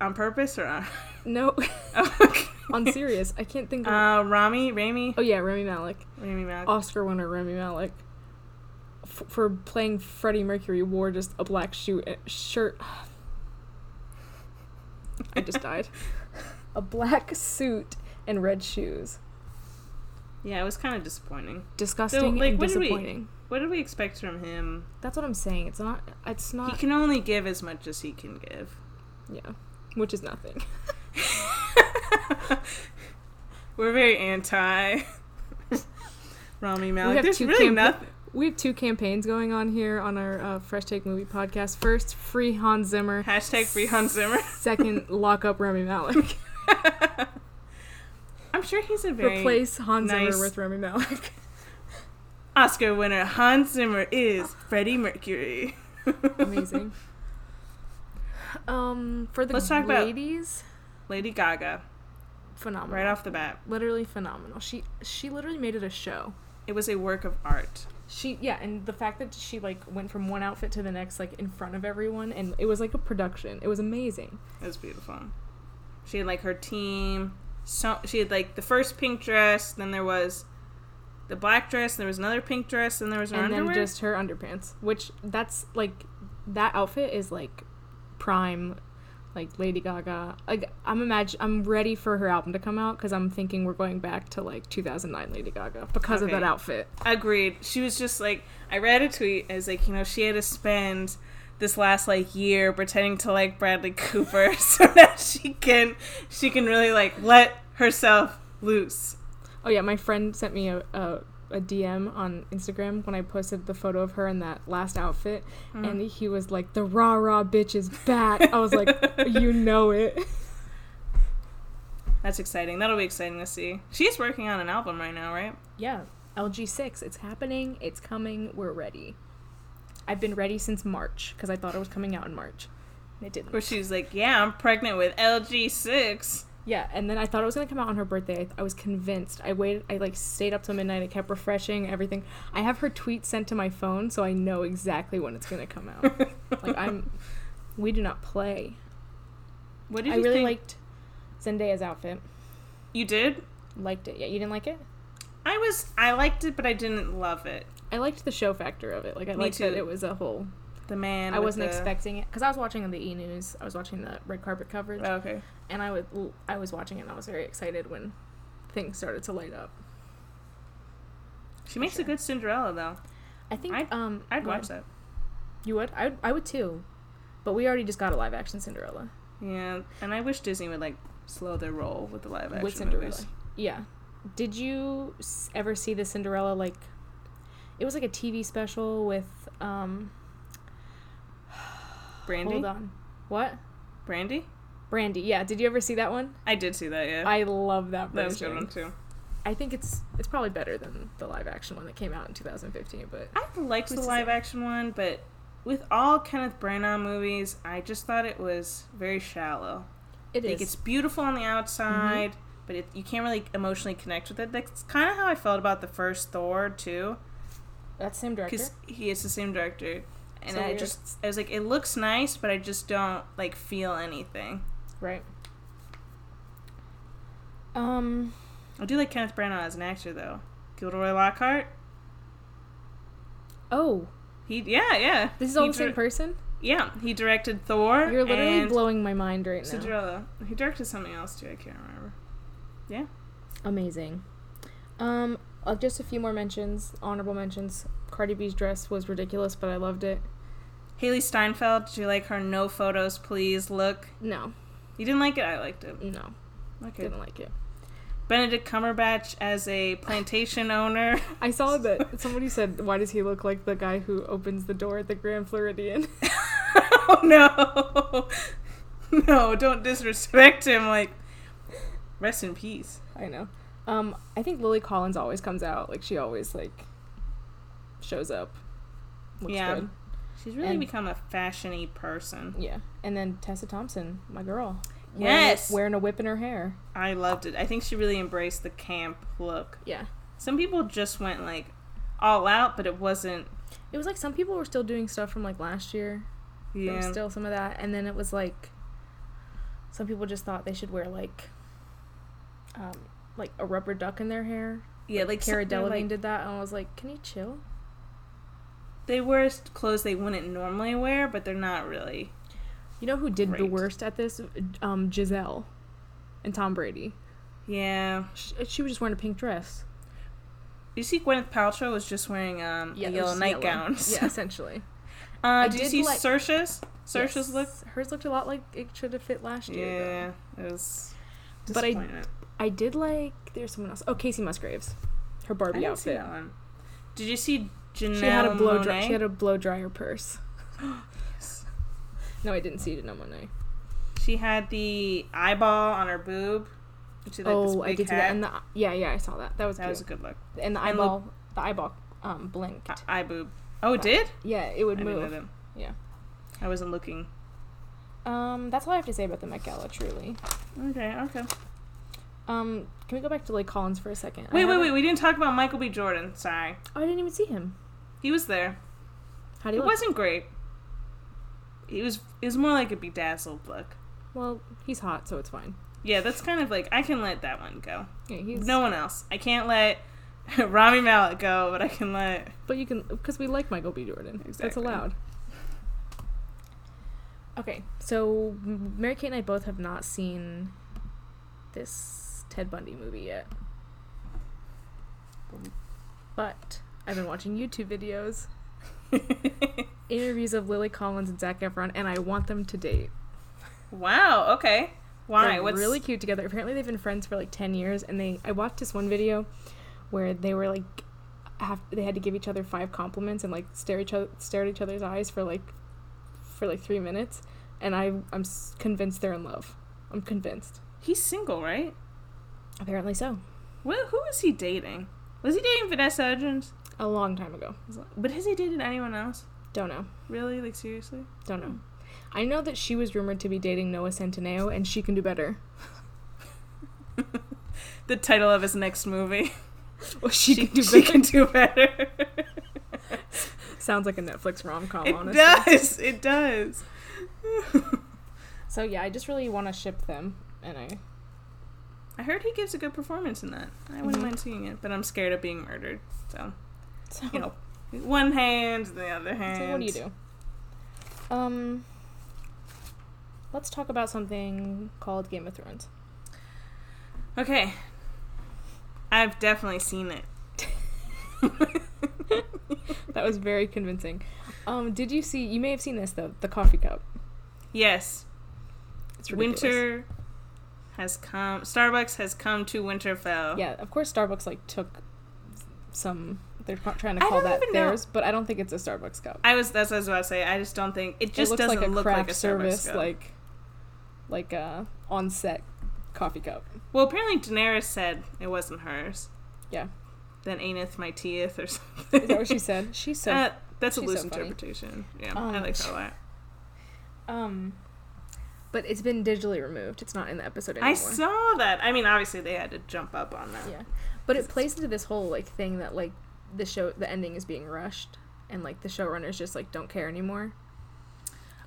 S3: on purpose or on?
S4: no,
S3: okay.
S4: on Sirius, I can't think. of...
S3: Uh, Rami, Rami,
S4: oh yeah, Remy Malik,
S3: Rami Malek.
S4: Oscar winner Remy Malik, f- for playing Freddie Mercury, wore just a black shoe eh, shirt. I just died. a black suit and red shoes.
S3: Yeah, it was kind of disappointing.
S4: Disgusting
S3: like,
S4: and
S3: what did we-
S4: disappointing.
S3: What did we expect from him?
S4: That's what I'm saying. It's not. It's not.
S3: He can only give as much as he can give.
S4: Yeah, which is nothing.
S3: We're very anti Rami
S4: We
S3: Malek.
S4: have
S3: There's
S4: two
S3: really
S4: camp-
S3: nothing.
S4: We have two campaigns going on here on our uh, Fresh Take Movie podcast. First, free Hans Zimmer.
S3: Hashtag free Hans Zimmer.
S4: Second, lock up Remy Malik.
S3: I'm sure he's a very
S4: Replace Hans
S3: nice-
S4: Zimmer with Remy Malik.
S3: Oscar winner. Hans Zimmer is Freddie Mercury.
S4: Amazing. Um, for the
S3: Let's talk about-
S4: ladies,
S3: Lady Gaga,
S4: phenomenal.
S3: right off the bat,
S4: literally phenomenal. She she literally made it a show.
S3: it was a work of art.
S4: She yeah, and the fact that she like went from one outfit to the next like in front of everyone, and it was like a production. It was amazing.
S3: It was beautiful. She had like her team. So she had like the first pink dress. Then there was the black dress. There was another pink dress. Then there was her
S4: and
S3: underwear.
S4: then just her underpants, which that's like that outfit is like prime, like Lady Gaga. Like I'm imagine I'm ready for her album to come out because I'm thinking we're going back to like 2009 Lady Gaga because
S3: Okay.
S4: of that outfit.
S3: Agreed. She was just like I read a tweet. I was like, you know, she had to spend this last like year pretending to like Bradley Cooper so that she can she can really like let herself loose.
S4: Oh yeah, my friend sent me a. a a DM on Instagram when I posted the photo of her in that last outfit,
S3: Mm.
S4: and he was like, "The rah rah bitch is back." I was like, "You know it."
S3: That's exciting. That'll be exciting to see. She's working on an album right now, right?
S4: Yeah, LG6. It's happening. It's coming. We're ready. I've been ready since March because I thought it was coming out in March. and It didn't.
S3: Where she's like, yeah, I'm pregnant with LG six.
S4: Yeah, and then I thought it was gonna come out on her birthday. I, I was convinced. I waited. I like stayed up till midnight. I kept refreshing everything. I have her tweet sent to my phone, so I know exactly when it's gonna come out. like I'm, we do not play.
S3: What did
S4: I
S3: you
S4: really
S3: think?
S4: liked Zendaya's outfit.
S3: You did?
S4: Liked it. Yeah, you didn't like it.
S3: I was I liked it, but I didn't love it.
S4: I liked the show factor of it. Like I liked that
S3: too.
S4: it was a whole.
S3: The man.
S4: I
S3: with
S4: wasn't
S3: the-
S4: expecting it because I was watching on the E News. I was watching the red carpet coverage,
S3: Oh, okay.
S4: and I was I was watching it. and I was very excited when things started to light up.
S3: She makes a good Cinderella though.
S4: I think
S3: I'd-
S4: um
S3: I'd
S4: well,
S3: watch that.
S4: You would? I would, I would too. But we already just got a live action Cinderella
S3: Yeah, and I wish Disney would like slow their roll with the live action
S4: with Cinderella.
S3: movies.
S4: Yeah. Did you s- ever see the Cinderella like? It was like a TV special with um.
S3: Brandy.
S4: Hold on. What?
S3: Brandy.
S4: Brandy. Yeah. Did you ever see that one?
S3: I did see that. Yeah,
S4: I love that version.
S3: that was a good one too.
S4: I think it's it's probably better than the live action one that came out in 2015. But
S3: I liked
S4: Who's
S3: the
S4: to
S3: live
S4: say?
S3: action one, but with all Kenneth Branagh movies, I just thought it was very shallow.
S4: it Mm-hmm.
S3: like it's beautiful on the outside, but it, you can't really emotionally connect with it. That's kind of how I felt about the first Thor too,
S4: That's Sam director.
S3: because he is the same director, and
S4: So
S3: I
S4: weird.
S3: just I was like, it looks nice, but I just don't like feel anything.
S4: Right. Um.
S3: I do like Kenneth Branagh as an actor though. Gilderoy Lockhart.
S4: Oh,
S3: He yeah yeah.
S4: this is all
S3: He
S4: the same
S3: dir-
S4: person.
S3: Yeah, he directed Thor.
S4: You're literally
S3: and
S4: blowing my mind right now.
S3: Cinderella. He directed something else too. I can't remember. Yeah.
S4: Amazing. Um, uh, just a few more mentions, honorable mentions. Cardi B's dress was ridiculous, but I loved it.
S3: Haley Steinfeld. Did you like her no photos please look?
S4: No,
S3: You didn't like it. I liked it.
S4: no,
S3: Okay.
S4: didn't like it.
S3: Benedict Cumberbatch as a plantation owner.
S4: I saw that somebody said, "Why does he look like the guy who opens the door at the Grand Floridian?"
S3: oh no, no! Don't disrespect him. Like, rest in peace.
S4: I know. Um, I think Lily Collins always comes out like she always like shows up. Looks
S3: Yeah.
S4: good.
S3: She's really
S4: And-
S3: become a fashiony person.
S4: Yeah. And then Tessa Thompson, my girl. Wearing a-
S3: Yes.
S4: Wearing a whip in her hair.
S3: I loved it. I think she really embraced the camp look.
S4: Yeah.
S3: Some people just went like all out, but it wasn't.
S4: It was like some people were still doing stuff from like last year. There
S3: Yeah,
S4: was still some of that. And then it was like some people just thought they should wear like um like a rubber duck in their hair.
S3: yeah. Like
S4: Cara
S3: something
S4: Delevingne
S3: like-
S4: did that and I was like, "Can you chill?"
S3: They wear s- clothes they wouldn't normally wear, but they're not really.
S4: You know who did the
S3: Great.
S4: worst at this? Um Giselle and Tom Brady.
S3: Yeah.
S4: She, she was just wearing a pink dress.
S3: You see, Gwyneth Paltrow was just wearing um, a yellow nightgown.
S4: Yeah, essentially.
S3: Uh,
S4: I
S3: did you
S4: did
S3: see
S4: like-
S3: Saoirse's? Saoirse's
S4: Yes.
S3: look?
S4: Hers looked a lot like it should have fit last year.
S3: Yeah,
S4: though.
S3: it was.
S4: But I-
S3: disappointment.
S4: I did like. There's someone else. Oh, Casey Musgraves, her
S3: I
S4: Barbie
S3: didn't see
S4: outfit.
S3: that one. Did you see Janelle
S4: She had a blow dry.
S3: Monáe?
S4: She had a blow dryer purse. No, I didn't see Janelle Monáe.
S3: She had the eyeball on her boob. Which is like this big
S4: oh, I did see
S3: hat.
S4: that. And the yeah, yeah, I saw that. That was
S3: that
S4: cute.
S3: was a good look.
S4: and the
S3: and
S4: eyeball, the eyeball, um, blinked.
S3: I- eye boob. Oh, it did?
S4: yeah, it would
S3: I didn't know
S4: move.
S3: that.
S4: Yeah.
S3: I wasn't looking.
S4: Um, that's all I have to say about the Met Gala. Truly.
S3: Okay, okay.
S4: Um, can we go back to Lake Collins for a second? I
S3: Wait, wait,
S4: haven't-
S3: wait. We didn't talk about Michael B. Jordan. Sorry.
S4: Oh, I didn't even see him.
S3: He was there.
S4: How do
S3: It
S4: you?
S3: wasn't great. It was, it was more like a bedazzled look.
S4: Well, he's hot, so it's fine.
S3: Yeah, that's kind of like, I can let that one go.
S4: Yeah, he's
S3: No one else. I can't let Rami Malek go, but I can let.
S4: But you can, because we like Michael B. Jordan. That's
S3: Exactly.
S4: allowed. Okay, so M- Mary Kate and I both have not seen this Ted Bundy movie yet. But I've been watching YouTube videos, interviews of Lily Collins and Zach Efron, and I want them to date.
S3: wow. Okay. Why?
S4: They're
S3: What's
S4: really cute together. Apparently, they've been friends for like ten years, and they. I watched this one video where they were like, have they had to give each other five compliments and like stare each other stare at each other's eyes for like, for like three minutes, and I I'm s- convinced they're in love. I'm convinced.
S3: He's single, right?
S4: Apparently so.
S3: What? Who is he dating? Was he dating Vanessa Hudgens?
S4: A long time ago.
S3: But has he dated anyone else?
S4: Don't know.
S3: Really? Like seriously?
S4: Don't know. I know that she was rumored to be dating Noah Centineo, and she can do better.
S3: the title of his next movie.
S4: Well, she, can do
S3: she
S4: better.
S3: can do better.
S4: Sounds like a Netflix rom com,
S3: it
S4: honestly.
S3: does. It does.
S4: So yeah, I just really want to ship them, and I
S3: I heard he gives a good performance in that. I wouldn't
S4: Mhm.
S3: mind seeing it, but I'm scared of being murdered. So,
S4: so,
S3: you know, one hand, the other hand.
S4: so what do you do? Um, let's talk about something called Game of Thrones.
S3: Okay. I've definitely seen it.
S4: That was very convincing. Um, did you see? You may have seen this though. The coffee cup.
S3: Yes.
S4: It's ridiculous.
S3: Winter has come. Starbucks has come to Winterfell.
S4: Yeah, of course Starbucks like took some. They're pro- trying to
S3: I
S4: call
S3: don't
S4: that
S3: even know-
S4: theirs, but I don't think it's a Starbucks cup.
S3: I was. That's what I was about to say. I just don't think it
S4: It
S3: just
S4: looks
S3: doesn't
S4: like a
S3: look
S4: craft
S3: like a Starbucks
S4: service,
S3: cup.
S4: like like a on set coffee cup.
S3: Well, apparently Daenerys said it wasn't hers.
S4: Yeah.
S3: Then aineth my teeth or something.
S4: Is that what she said? She's so
S3: Uh, that's a
S4: she's
S3: loose
S4: so funny.
S3: interpretation. Yeah, I
S4: Um,
S3: like that a lot. Uh,
S4: Um, but it's been digitally removed. It's not in the episode anymore.
S3: I saw that. I mean, obviously they had to jump up on that.
S4: Yeah, but it plays into this whole like thing that like the show, the ending is being rushed, and like the showrunners just like don't care anymore.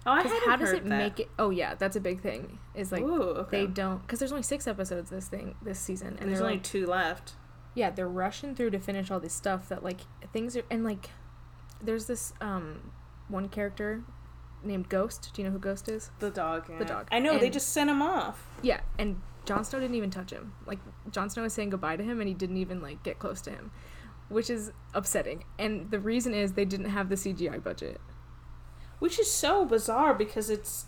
S3: Oh, I
S4: 'Cause
S3: hadn't
S4: how does
S3: heard
S4: it
S3: that.
S4: make it? Oh yeah, that's a big thing. Is like
S3: Ooh, okay.
S4: they don't because there's only six episodes this thing this season, and
S3: There's
S4: they're
S3: only
S4: like,
S3: two left.
S4: yeah, they're rushing through to finish all this stuff that like things are and like there's this um one character named Ghost. Do you know who Ghost is?
S3: The dog. Yeah.
S4: dog.
S3: I know they
S4: And-
S3: just sent him off.
S4: Yeah, and Jon Snow didn't even touch him. Like Jon Snow was saying goodbye to him, and he didn't even like get close to him, which is upsetting. And the reason is they didn't have the CGI budget.
S3: Which is so bizarre because it's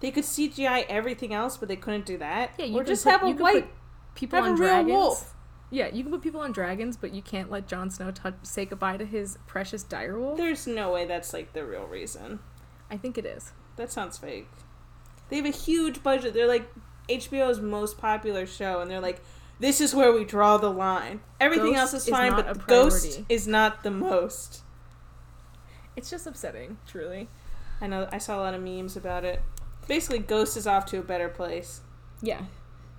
S3: they could CGI everything else, but they couldn't do that. or
S4: can
S3: just
S4: put-
S3: have a
S4: you can
S3: white,
S4: put people
S3: have
S4: on
S3: a real
S4: dragons.
S3: wolf.
S4: Yeah, you can put people on dragons, but you can't let Jon Snow touch, say goodbye to his precious direwolf.
S3: There's no way that's like the real reason.
S4: I think it is.
S3: That sounds fake. They have a huge budget. They're like HBO's most popular show, and they're like, this is where we draw the line. Everything
S4: Ghost
S3: else is
S4: is
S3: fine,
S4: not
S3: but
S4: a
S3: Ghost
S4: priority.
S3: is not the most.
S4: It's just upsetting, truly.
S3: I know. I saw a lot of memes about it. Basically, Ghost is off to a better place.
S4: Yeah,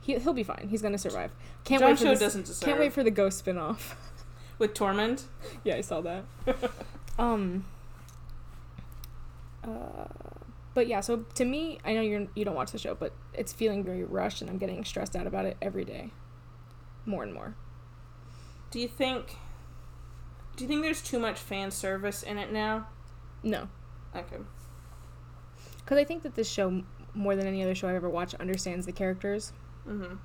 S4: he, he'll be fine. He's gonna survive. Can't
S3: Jon
S4: wait for
S3: Snow
S4: this,
S3: doesn't deserve.
S4: Can't wait for the ghost spinoff.
S3: with Tormund.
S4: yeah, I saw that. um. Uh, but yeah, so to me, I know you're you don't watch the show, but it's feeling very rushed, and I'm getting stressed out about it every day, more and more.
S3: Do you think? Do you think there's too much fan service in it now? um,
S4: No,
S3: Okay.
S4: because I think that this show, m- more than any other show I've ever watched, understands the characters.
S3: Mm-hmm.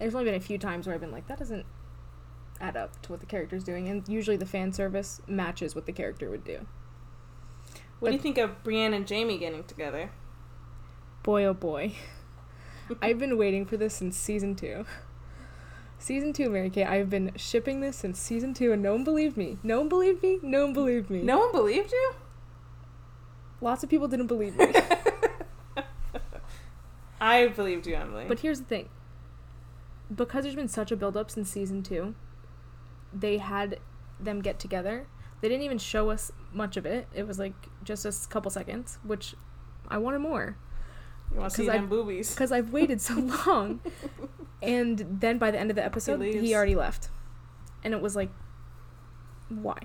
S4: There's only been a few times where I've been like, that doesn't add up to what the character's doing, and usually the fan service matches what the character would do.
S3: What do you think of Brienne and Jamie getting together?
S4: Boy, oh boy. I've been waiting for this since season two. Season two, Mary Kay. I've been shipping this since season two, and no one believed me. No one believed me. No one believed me.
S3: No one believed you.
S4: Lots of people didn't believe me.
S3: I believed you, Emily.
S4: but here's the thing because there's been such a buildup since season two, they had them get together. They didn't even show us much of it. It was like just a s- couple seconds, which I wanted more.
S3: you want to see
S4: 'cause I-
S3: them boobies?
S4: because I've waited so long. and then by the end of the episode, he,
S3: leaves.
S4: already left, and it was like, why?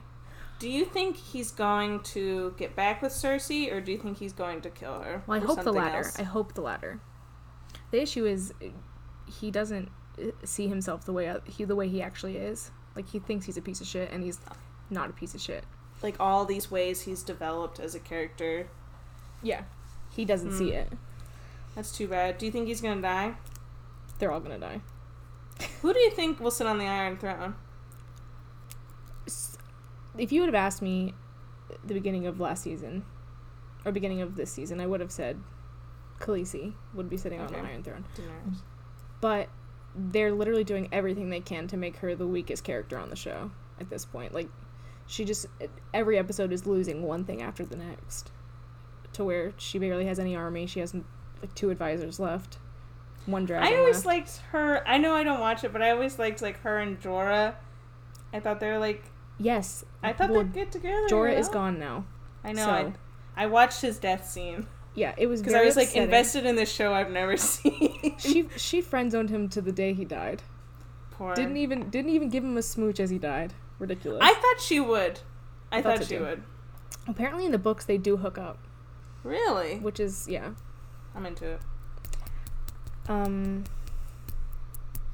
S3: Do you think he's going to get back with Cersei, or do you think he's going to kill her?
S4: Well, I
S3: or
S4: hope the
S3: something
S4: latter.
S3: else?
S4: I hope the latter. The issue is, uh, he doesn't uh, see himself the way uh, he the way he actually is. Like he thinks he's a piece of shit, and he's not a piece of shit.
S3: Like all these ways he's developed as a character.
S4: Yeah, he doesn't
S3: Hmm.
S4: see it.
S3: That's too bad. Do you think he's gonna die?
S4: They're all gonna die.
S3: Who do you think will sit on the Iron Throne?
S4: S- If you would have asked me at the beginning of last season or beginning of this season, I would have said Khaleesi would be sitting on the
S3: Okay.
S4: Iron Throne.
S3: Daenerys.
S4: But they're literally doing everything they can to make her the weakest character on the show at this point. Like she just e, every episode is losing one thing after the next to where she barely has any army. She has like two advisors left. One dragon.
S3: I always
S4: left.
S3: liked her. I know I don't watch it, but I always liked like her and Jorah. I thought they were like.
S4: yes.
S3: I thought
S4: well,
S3: they'd get together.
S4: Jorah is
S3: no?
S4: gone now.
S3: I know.
S4: so-
S3: I, I watched his death scene
S4: Yeah, it was
S3: because
S4: very
S3: I was like
S4: upsetting.
S3: invested in this show I've never seen.
S4: she she friend zoned him to the day he died.
S3: for.
S4: Didn't even didn't even give him a smooch as he died. Ridiculous.
S3: I thought she would. I
S4: Thought
S3: thought
S4: so
S3: she
S4: too.
S3: would.
S4: Apparently in the books they do hook up,
S3: Really?
S4: which is yeah.
S3: I'm into it.
S4: Um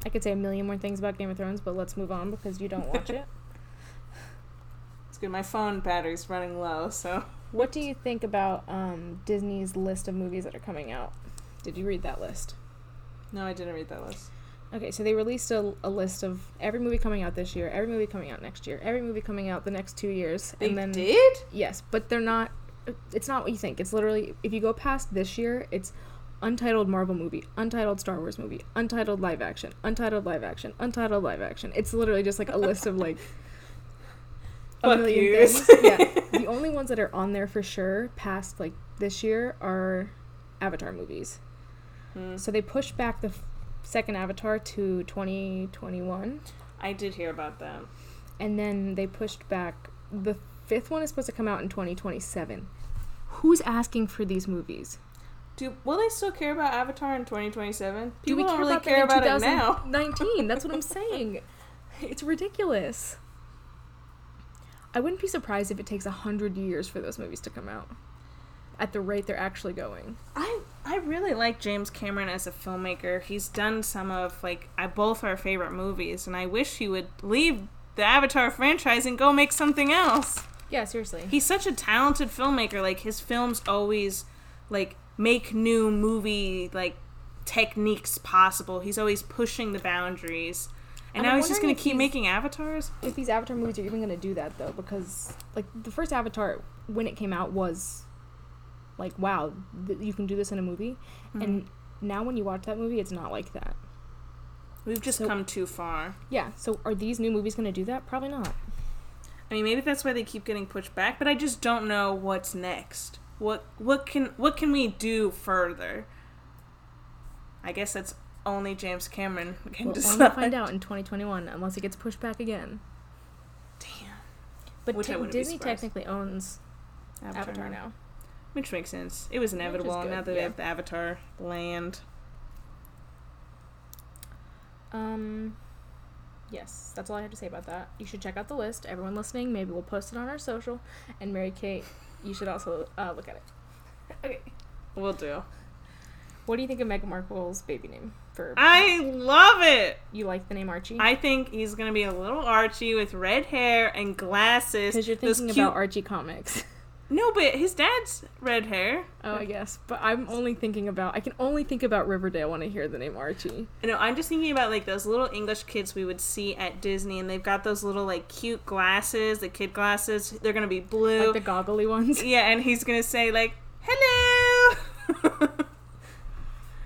S4: I could say a million more things about Game of Thrones, but let's move on because you don't watch it.
S3: It's good. My phone battery's running low, so
S4: What do you think about um, Disney's list of movies that are coming out? Did you read that list?
S3: no, I didn't read that list.
S4: Okay, so they released a, a list of every movie coming out this year, every movie coming out next year, every movie coming out the next two years,
S3: They
S4: and then
S3: did?
S4: yes, but they're not. It's not what you think. It's literally if you go past this year, it's untitled Marvel movie, untitled Star Wars movie, untitled live action, untitled live action, untitled live action. It's literally just like a list of like a
S3: Fuck
S4: million
S3: yous.
S4: things. Yeah, the only ones that are on there for sure past like this year are Avatar movies.
S3: Hmm.
S4: So they pushed back the f- second Avatar to 2021,
S3: I did hear about that.
S4: and then they pushed back the fifth one is supposed to come out in 2027. Who's asking for these movies?
S3: Do will they still care about Avatar in 2027?
S4: Do
S3: People
S4: we care
S3: don't really
S4: about
S3: care
S4: them
S3: about
S4: in
S3: it now.
S4: 2019? That's what I'm saying. It's ridiculous. I wouldn't be surprised if it takes a hundred years for those movies to come out. At the rate they're actually going.
S3: I I really like James Cameron as a filmmaker. He's done some of like I, both our favorite movies, and I wish he would leave the Avatar franchise and go make something else.
S4: Yeah, seriously.
S3: He's such a talented filmmaker. Like his films always like make new movie like techniques possible. He's always pushing the boundaries. And
S4: I'm
S3: now he's just
S4: wondering
S3: gonna
S4: if
S3: keep
S4: he's-
S3: making avatars.
S4: if these Avatar movies are even going to do that though, because like the first Avatar when it came out was like wow, th- you can do this in a movie,
S3: Hmm.
S4: and
S3: Mm-hmm.
S4: now when you watch that movie, it's not like that.
S3: We've just
S4: So-
S3: come too far.
S4: Yeah. So are these new movies going to do that? Probably not.
S3: I mean, maybe that's why they keep getting pushed back, but I just don't know what's next. What what can what can we do further? I guess that's only James Cameron can
S4: We'll only
S3: decide.
S4: find out in 2021 unless it gets pushed back again.
S3: Damn,
S4: But
S3: Which I
S4: te-
S3: wouldn't be
S4: Disney
S3: surprised.
S4: technically owns
S3: Avatar, now.
S4: Avatar, now.
S3: which makes sense. It was
S4: is
S3: inevitable.
S4: good,
S3: now that they
S4: yeah.
S3: have the Avatar land,
S4: Um. Yes, that's all I have to say about that. You should check out the list. Everyone listening, maybe we'll post it on our social. And Mary Kate, you should also uh, look at it. Okay.
S3: we'll do.
S4: What do you think of Meghan Markle's baby name? For
S3: I love it.
S4: you like the name Archie?
S3: I think he's gonna be a little Archie with red hair and glasses.
S4: Because you're
S3: Those
S4: thinking
S3: cute-
S4: about Archie comics.
S3: no, but his dad's red hair.
S4: oh, I guess. But I'm only thinking about. I can only think about Riverdale when I hear the name Archie.
S3: No, I'm just thinking about like those little English kids we would see at Disney, and they've got those little like cute glasses, the kid glasses. They're gonna be blue.
S4: Like the goggly ones.
S3: yeah, and he's gonna say like, "Hello."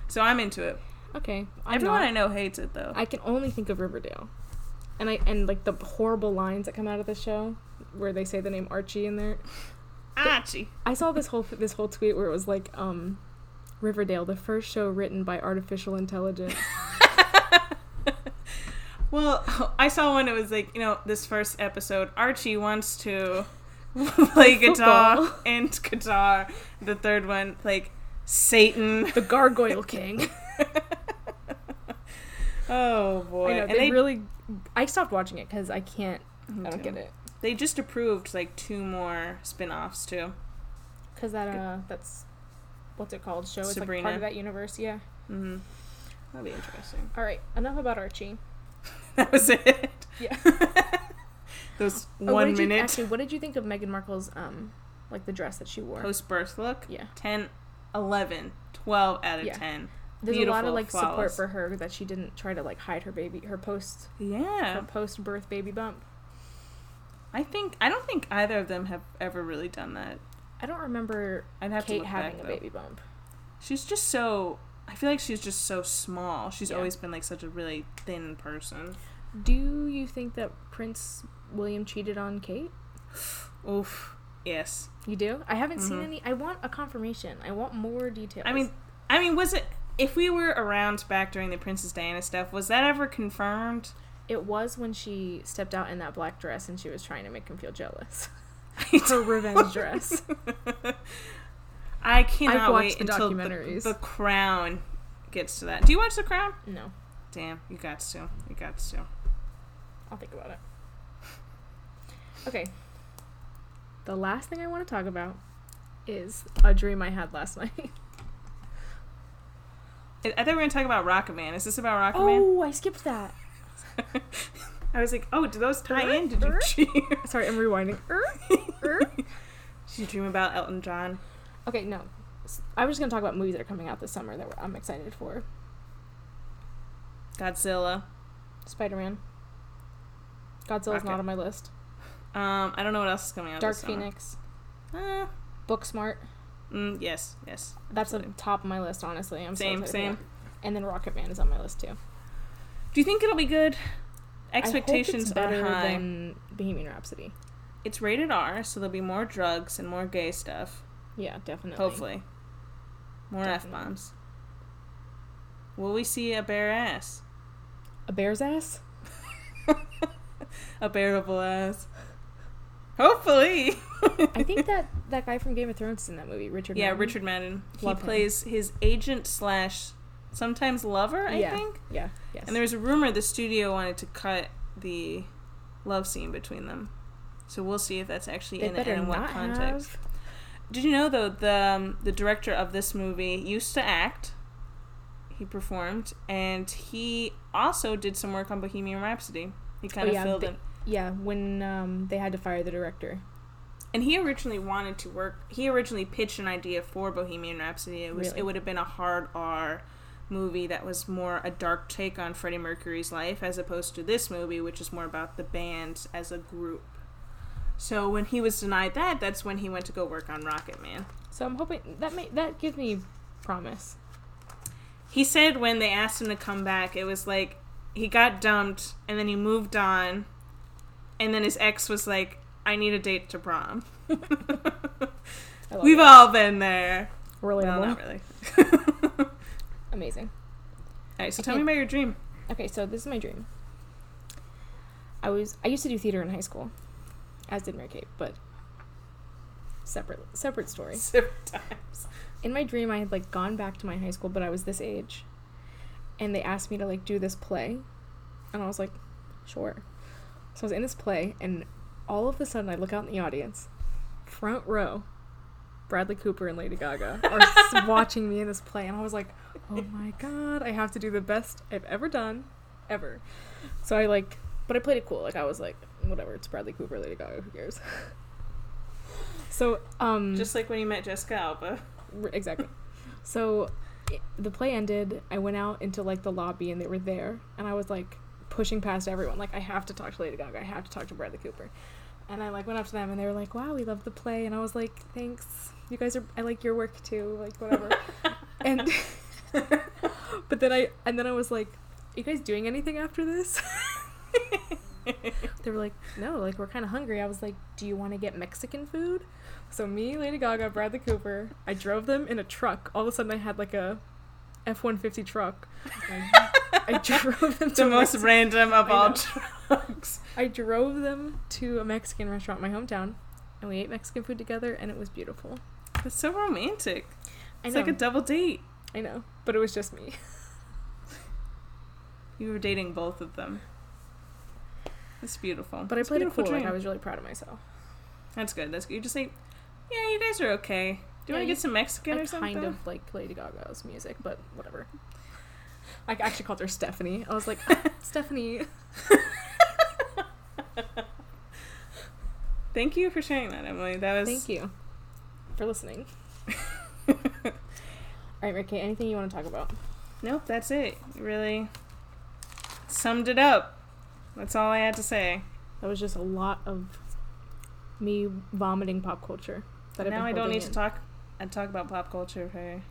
S3: so I'm into it.
S4: Okay. I'm
S3: Everyone
S4: not.
S3: I know hates it though.
S4: I can only think of Riverdale, and I and like the horrible lines that come out of the show where they say the name Archie in there.
S3: Archie.
S4: I saw this whole this whole tweet where it was like, um, Riverdale, the first show written by artificial intelligence.
S3: Well, I saw one. It was like you know this first episode. Archie wants to play guitar
S4: Football.
S3: and guitar. The third one, like Satan.
S4: the Gargoyle King.
S3: Oh boy!
S4: I know
S3: And
S4: they, really. I stopped watching it because I can't.
S3: Me
S4: I don't
S3: too.
S4: get it.
S3: They just approved like two more spin-offs too.
S4: Because that uh, that's what's it called? Show. It's like part
S3: Sabrina.
S4: of that universe. Yeah.
S3: Mm-hmm. That'll be interesting.
S4: All right. Enough about Archie.
S3: That was it.
S4: Yeah.
S3: Those
S4: Oh,
S3: one
S4: what did you-
S3: minute
S4: actually, what did you think of Meghan Markle's um, like the dress that she wore?
S3: post-birth look.
S4: yeah.
S3: 10, 11, 12 out of
S4: Yeah.
S3: 10.
S4: There's a lot
S3: Beautiful,
S4: of like support
S3: flawless.
S4: for her that she didn't try to like hide her baby, her post, her
S3: Yeah.
S4: post birth baby bump.
S3: I think I don't think either of them have ever really done that.
S4: I don't remember
S3: I'd have to
S4: Kate
S3: look
S4: having
S3: back,
S4: a
S3: though.
S4: baby bump.
S3: She's just so I feel like she's just so small. She's
S4: Yeah.
S3: always been like such a really thin person.
S4: Do you think that Prince William cheated on Kate?
S3: Oof. Yes.
S4: You do? I haven't seen
S3: Mhm.
S4: any. I want a confirmation. I want more details.
S3: I mean, I mean, was it? If we were around back during the Princess Diana stuff, was that ever confirmed?
S4: it was when she stepped out in that black dress and she was trying to make him feel jealous.
S3: I
S4: Her revenge dress.
S3: don't- I cannot
S4: I've watched
S3: wait
S4: the
S3: until the,
S4: documentaries.
S3: the Crown gets to that. Do you watch The Crown?
S4: No.
S3: Damn, you got to. You got to.
S4: I'll think about it. Okay. The last thing I want to talk about is a dream I had last night.
S3: I I thought we were going to talk about Rocket Man. Is this about Rocket Man?
S4: Oh, I skipped that.
S3: I was like, oh, do those tie in? Did you
S4: Er?
S3: dream?
S4: Sorry, I'm rewinding. Er, er.
S3: Did you dream about Elton John?
S4: Okay, no. S- I was going to talk about movies that are coming out this summer that we're- I'm excited for.
S3: Godzilla?
S4: Spider-Man. Godzilla's not
S3: Rocket.
S4: on my list.
S3: Um, I don't know what else is coming out.
S4: Dark
S3: this summer.
S4: Phoenix.
S3: Uh,
S4: Booksmart.
S3: mm, yes, yes.
S4: That's the
S3: Absolutely.
S4: top of my list, honestly. I'm so
S3: Same,
S4: excited for
S3: same.
S4: that. And then Rocket Man is on my list too.
S3: Do you think it'll be good?
S4: I hope it's
S3: Expectations are
S4: better
S3: high.
S4: than Bohemian Rhapsody.
S3: It's rated R, so there'll be more drugs and more gay stuff.
S4: Yeah, definitely.
S3: Hopefully, more f
S4: Definitely.
S3: bombs. Will we see a bare ass?
S4: A bear's ass?
S3: A bearable ass. Hopefully.
S4: I think that that guy from Game of Thrones is in that movie, Richard.
S3: yeah,
S4: Madden.
S3: Richard Madden. He
S4: Love him.
S3: plays his agent slash sometimes lover, I
S4: Yeah.
S3: think.
S4: Yeah. Yes.
S3: And there was a rumor the studio wanted to cut the love scene between them. So we'll see if that's actually
S4: they
S3: in it
S4: better
S3: and in what
S4: not
S3: context.
S4: have.
S3: Did you know though the um, the director of this movie used to act? He performed, and he also did some work on Bohemian Rhapsody. He kind
S4: Oh,
S3: of
S4: yeah,
S3: filled
S4: but-
S3: in,
S4: Yeah, when um, they had to fire the director.
S3: and he originally wanted to work. He originally pitched an idea for Bohemian Rhapsody. It was
S4: Really?
S3: it would have been a hard R movie that was more a dark take on Freddie Mercury's life, as opposed to this movie, which is more about the band as a group. So when he was denied that, that's when he went to go work on Rocket Man.
S4: So I'm hoping that may that gives me promise.
S3: He said when they asked him to come back, it was like he got dumped and then he moved on, and then his ex was like, "I need a date to prom."
S4: I love
S3: We've uh,
S4: it.
S3: all been there.
S4: relatable.
S3: Well, not really. all
S4: Amazing.
S3: right, so tell me about your dream.
S4: Okay, so this is my dream. I was I used to do theater in high school, as did Mary Kate, but separate separate story.
S3: Sometimes.
S4: in my dream i had like gone back to my high school but i was this age and they asked me to like do this play and i was like sure so i was in this play and all of a sudden i look out in the audience front row bradley cooper and lady gaga are s- watching me in this play and i was like oh my god i have to do the best i've ever done ever so i like but i played it cool like i was like whatever it's bradley cooper lady gaga who cares so um
S3: Just like when you met Jessica Alba.
S4: R- Exactly. so i the play ended. I went out into like the lobby and they were there, and I was like pushing past everyone. Like I have to talk to Lady Gaga. I have to talk to Bradley Cooper. And I like went up to them and they were like, "Wow, we love the play." And I was like, "Thanks. You guys are. I like your work too. Like whatever." and but then I and then I was like, "Are you guys doing anything after this?" they were like, "No. Like we're kind of hungry." I was like, "Do you want to get Mexican food?" So me, Lady Gaga, Bradley Cooper, I drove them in a truck. All of a sudden, I had like a F one fifty truck. I, I drove them to
S3: the most
S4: Mexico.
S3: random of
S4: I
S3: all
S4: know.
S3: drugs.
S4: I drove them to a Mexican restaurant in my hometown, and we ate Mexican food together, and it was beautiful.
S3: That's so romantic.
S4: I
S3: It's
S4: know,
S3: like a double date.
S4: I know, but it was just me.
S3: You were dating both of them. It's beautiful.
S4: But I
S3: It's a
S4: played it
S3: beautiful
S4: cool. Like,
S3: dream.
S4: I was really proud of myself.
S3: That's good. That's good. You just like, yeah, you guys are okay. Do you
S4: Yeah,
S3: want to
S4: you-
S3: get some Mexican
S4: I
S3: or something?
S4: kind of like Lady Gaga's music, but whatever. I actually called her Stephanie. I was like, Stephanie.
S3: Thank you for sharing that, Emily. That was
S4: Thank you for listening. All right, Ricky, anything you want to talk about?
S3: nope. That's it. You really summed it up. That's all I had to say.
S4: That was just a lot of me vomiting pop culture. That I've
S3: now
S4: been
S3: I don't
S4: holding
S3: need
S4: in.
S3: to talk. I talk about pop culture for. a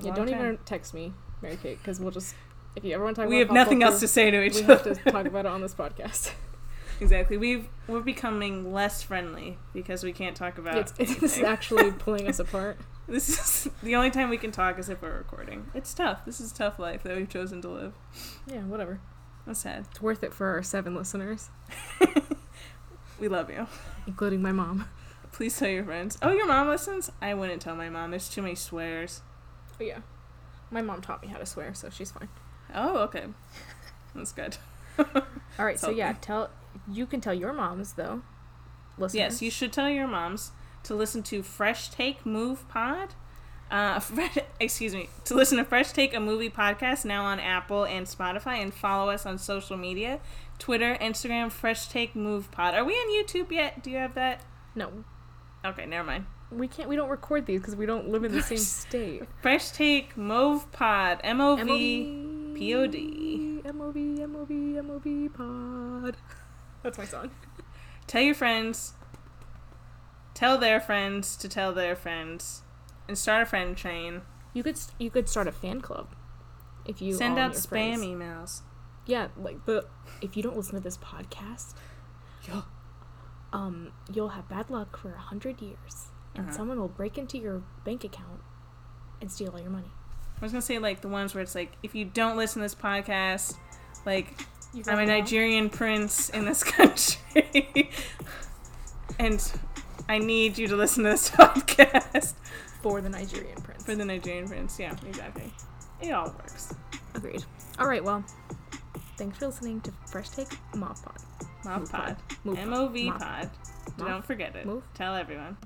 S4: Yeah,
S3: long
S4: don't
S3: time.
S4: even text me, Mary Kate, because we'll just if you ever want to talk.
S3: We
S4: about
S3: have
S4: pop
S3: nothing
S4: culture,
S3: else to say to
S4: We
S3: each
S4: have
S3: other.
S4: to talk about it on this podcast.
S3: exactly. We've we're becoming less friendly because we can't talk about.
S4: it's, it's this is
S3: anything.
S4: actually pulling us apart.
S3: This is the only time we can talk is if we're recording. It's tough. This is a tough life that we've chosen to live.
S4: Yeah, whatever.
S3: That's sad.
S4: It's worth it for our seven listeners,
S3: We love you.
S4: including my mom.
S3: Please tell your friends. Oh, your mom listens? I wouldn't tell my mom. There's too many swears.
S4: Oh yeah, my mom taught me how to swear, so she's fine.
S3: Oh, okay. That's good.
S4: All right, so,
S3: So-
S4: yeah, tell you can tell your moms though. Listen.
S3: Yes, you should tell your moms to listen to Fresh Take Move Pod. Uh, fresh, excuse me, to listen to Fresh Take a Movie podcast now on Apple and Spotify, and follow us on social media, Twitter, Instagram, Fresh Take Move Pod. Are we on YouTube yet? Do you have that?
S4: No,
S3: Okay, never mind.
S4: we can't. We don't record these because we don't live in the same state.
S3: Fresh Take Move Pod, M O V.
S4: MOB.
S3: POD.
S4: MOB, MOB, MOB pod. That's my song.
S3: Tell your friends. Tell their friends to tell their friends, and start a friend chain.
S4: You could s- you could start a fan club if you
S3: Send
S4: all
S3: out
S4: your
S3: spam
S4: friends.
S3: emails.
S4: Yeah, like the if you don't listen to this podcast, you'll um you'll have bad luck for a hundred years, and
S3: Uh-huh.
S4: someone will break into your bank account and steal all your money.
S3: I was gonna say like the ones where it's like if you don't listen to this podcast, like
S4: You
S3: I'm a
S4: found out?
S3: Nigerian prince in this country, and I need you to listen to this podcast
S4: for the Nigerian prince.
S3: for the Nigerian prince. Yeah, exactly. It all works.
S4: Agreed. All right, well, thanks for listening to Fresh Take Mob Pod.
S3: Mov
S4: Move
S3: pod,
S4: Move
S3: M O V
S4: Mop.
S3: pod.
S4: Mop.
S3: Don't forget it.
S4: Move.
S3: Tell everyone.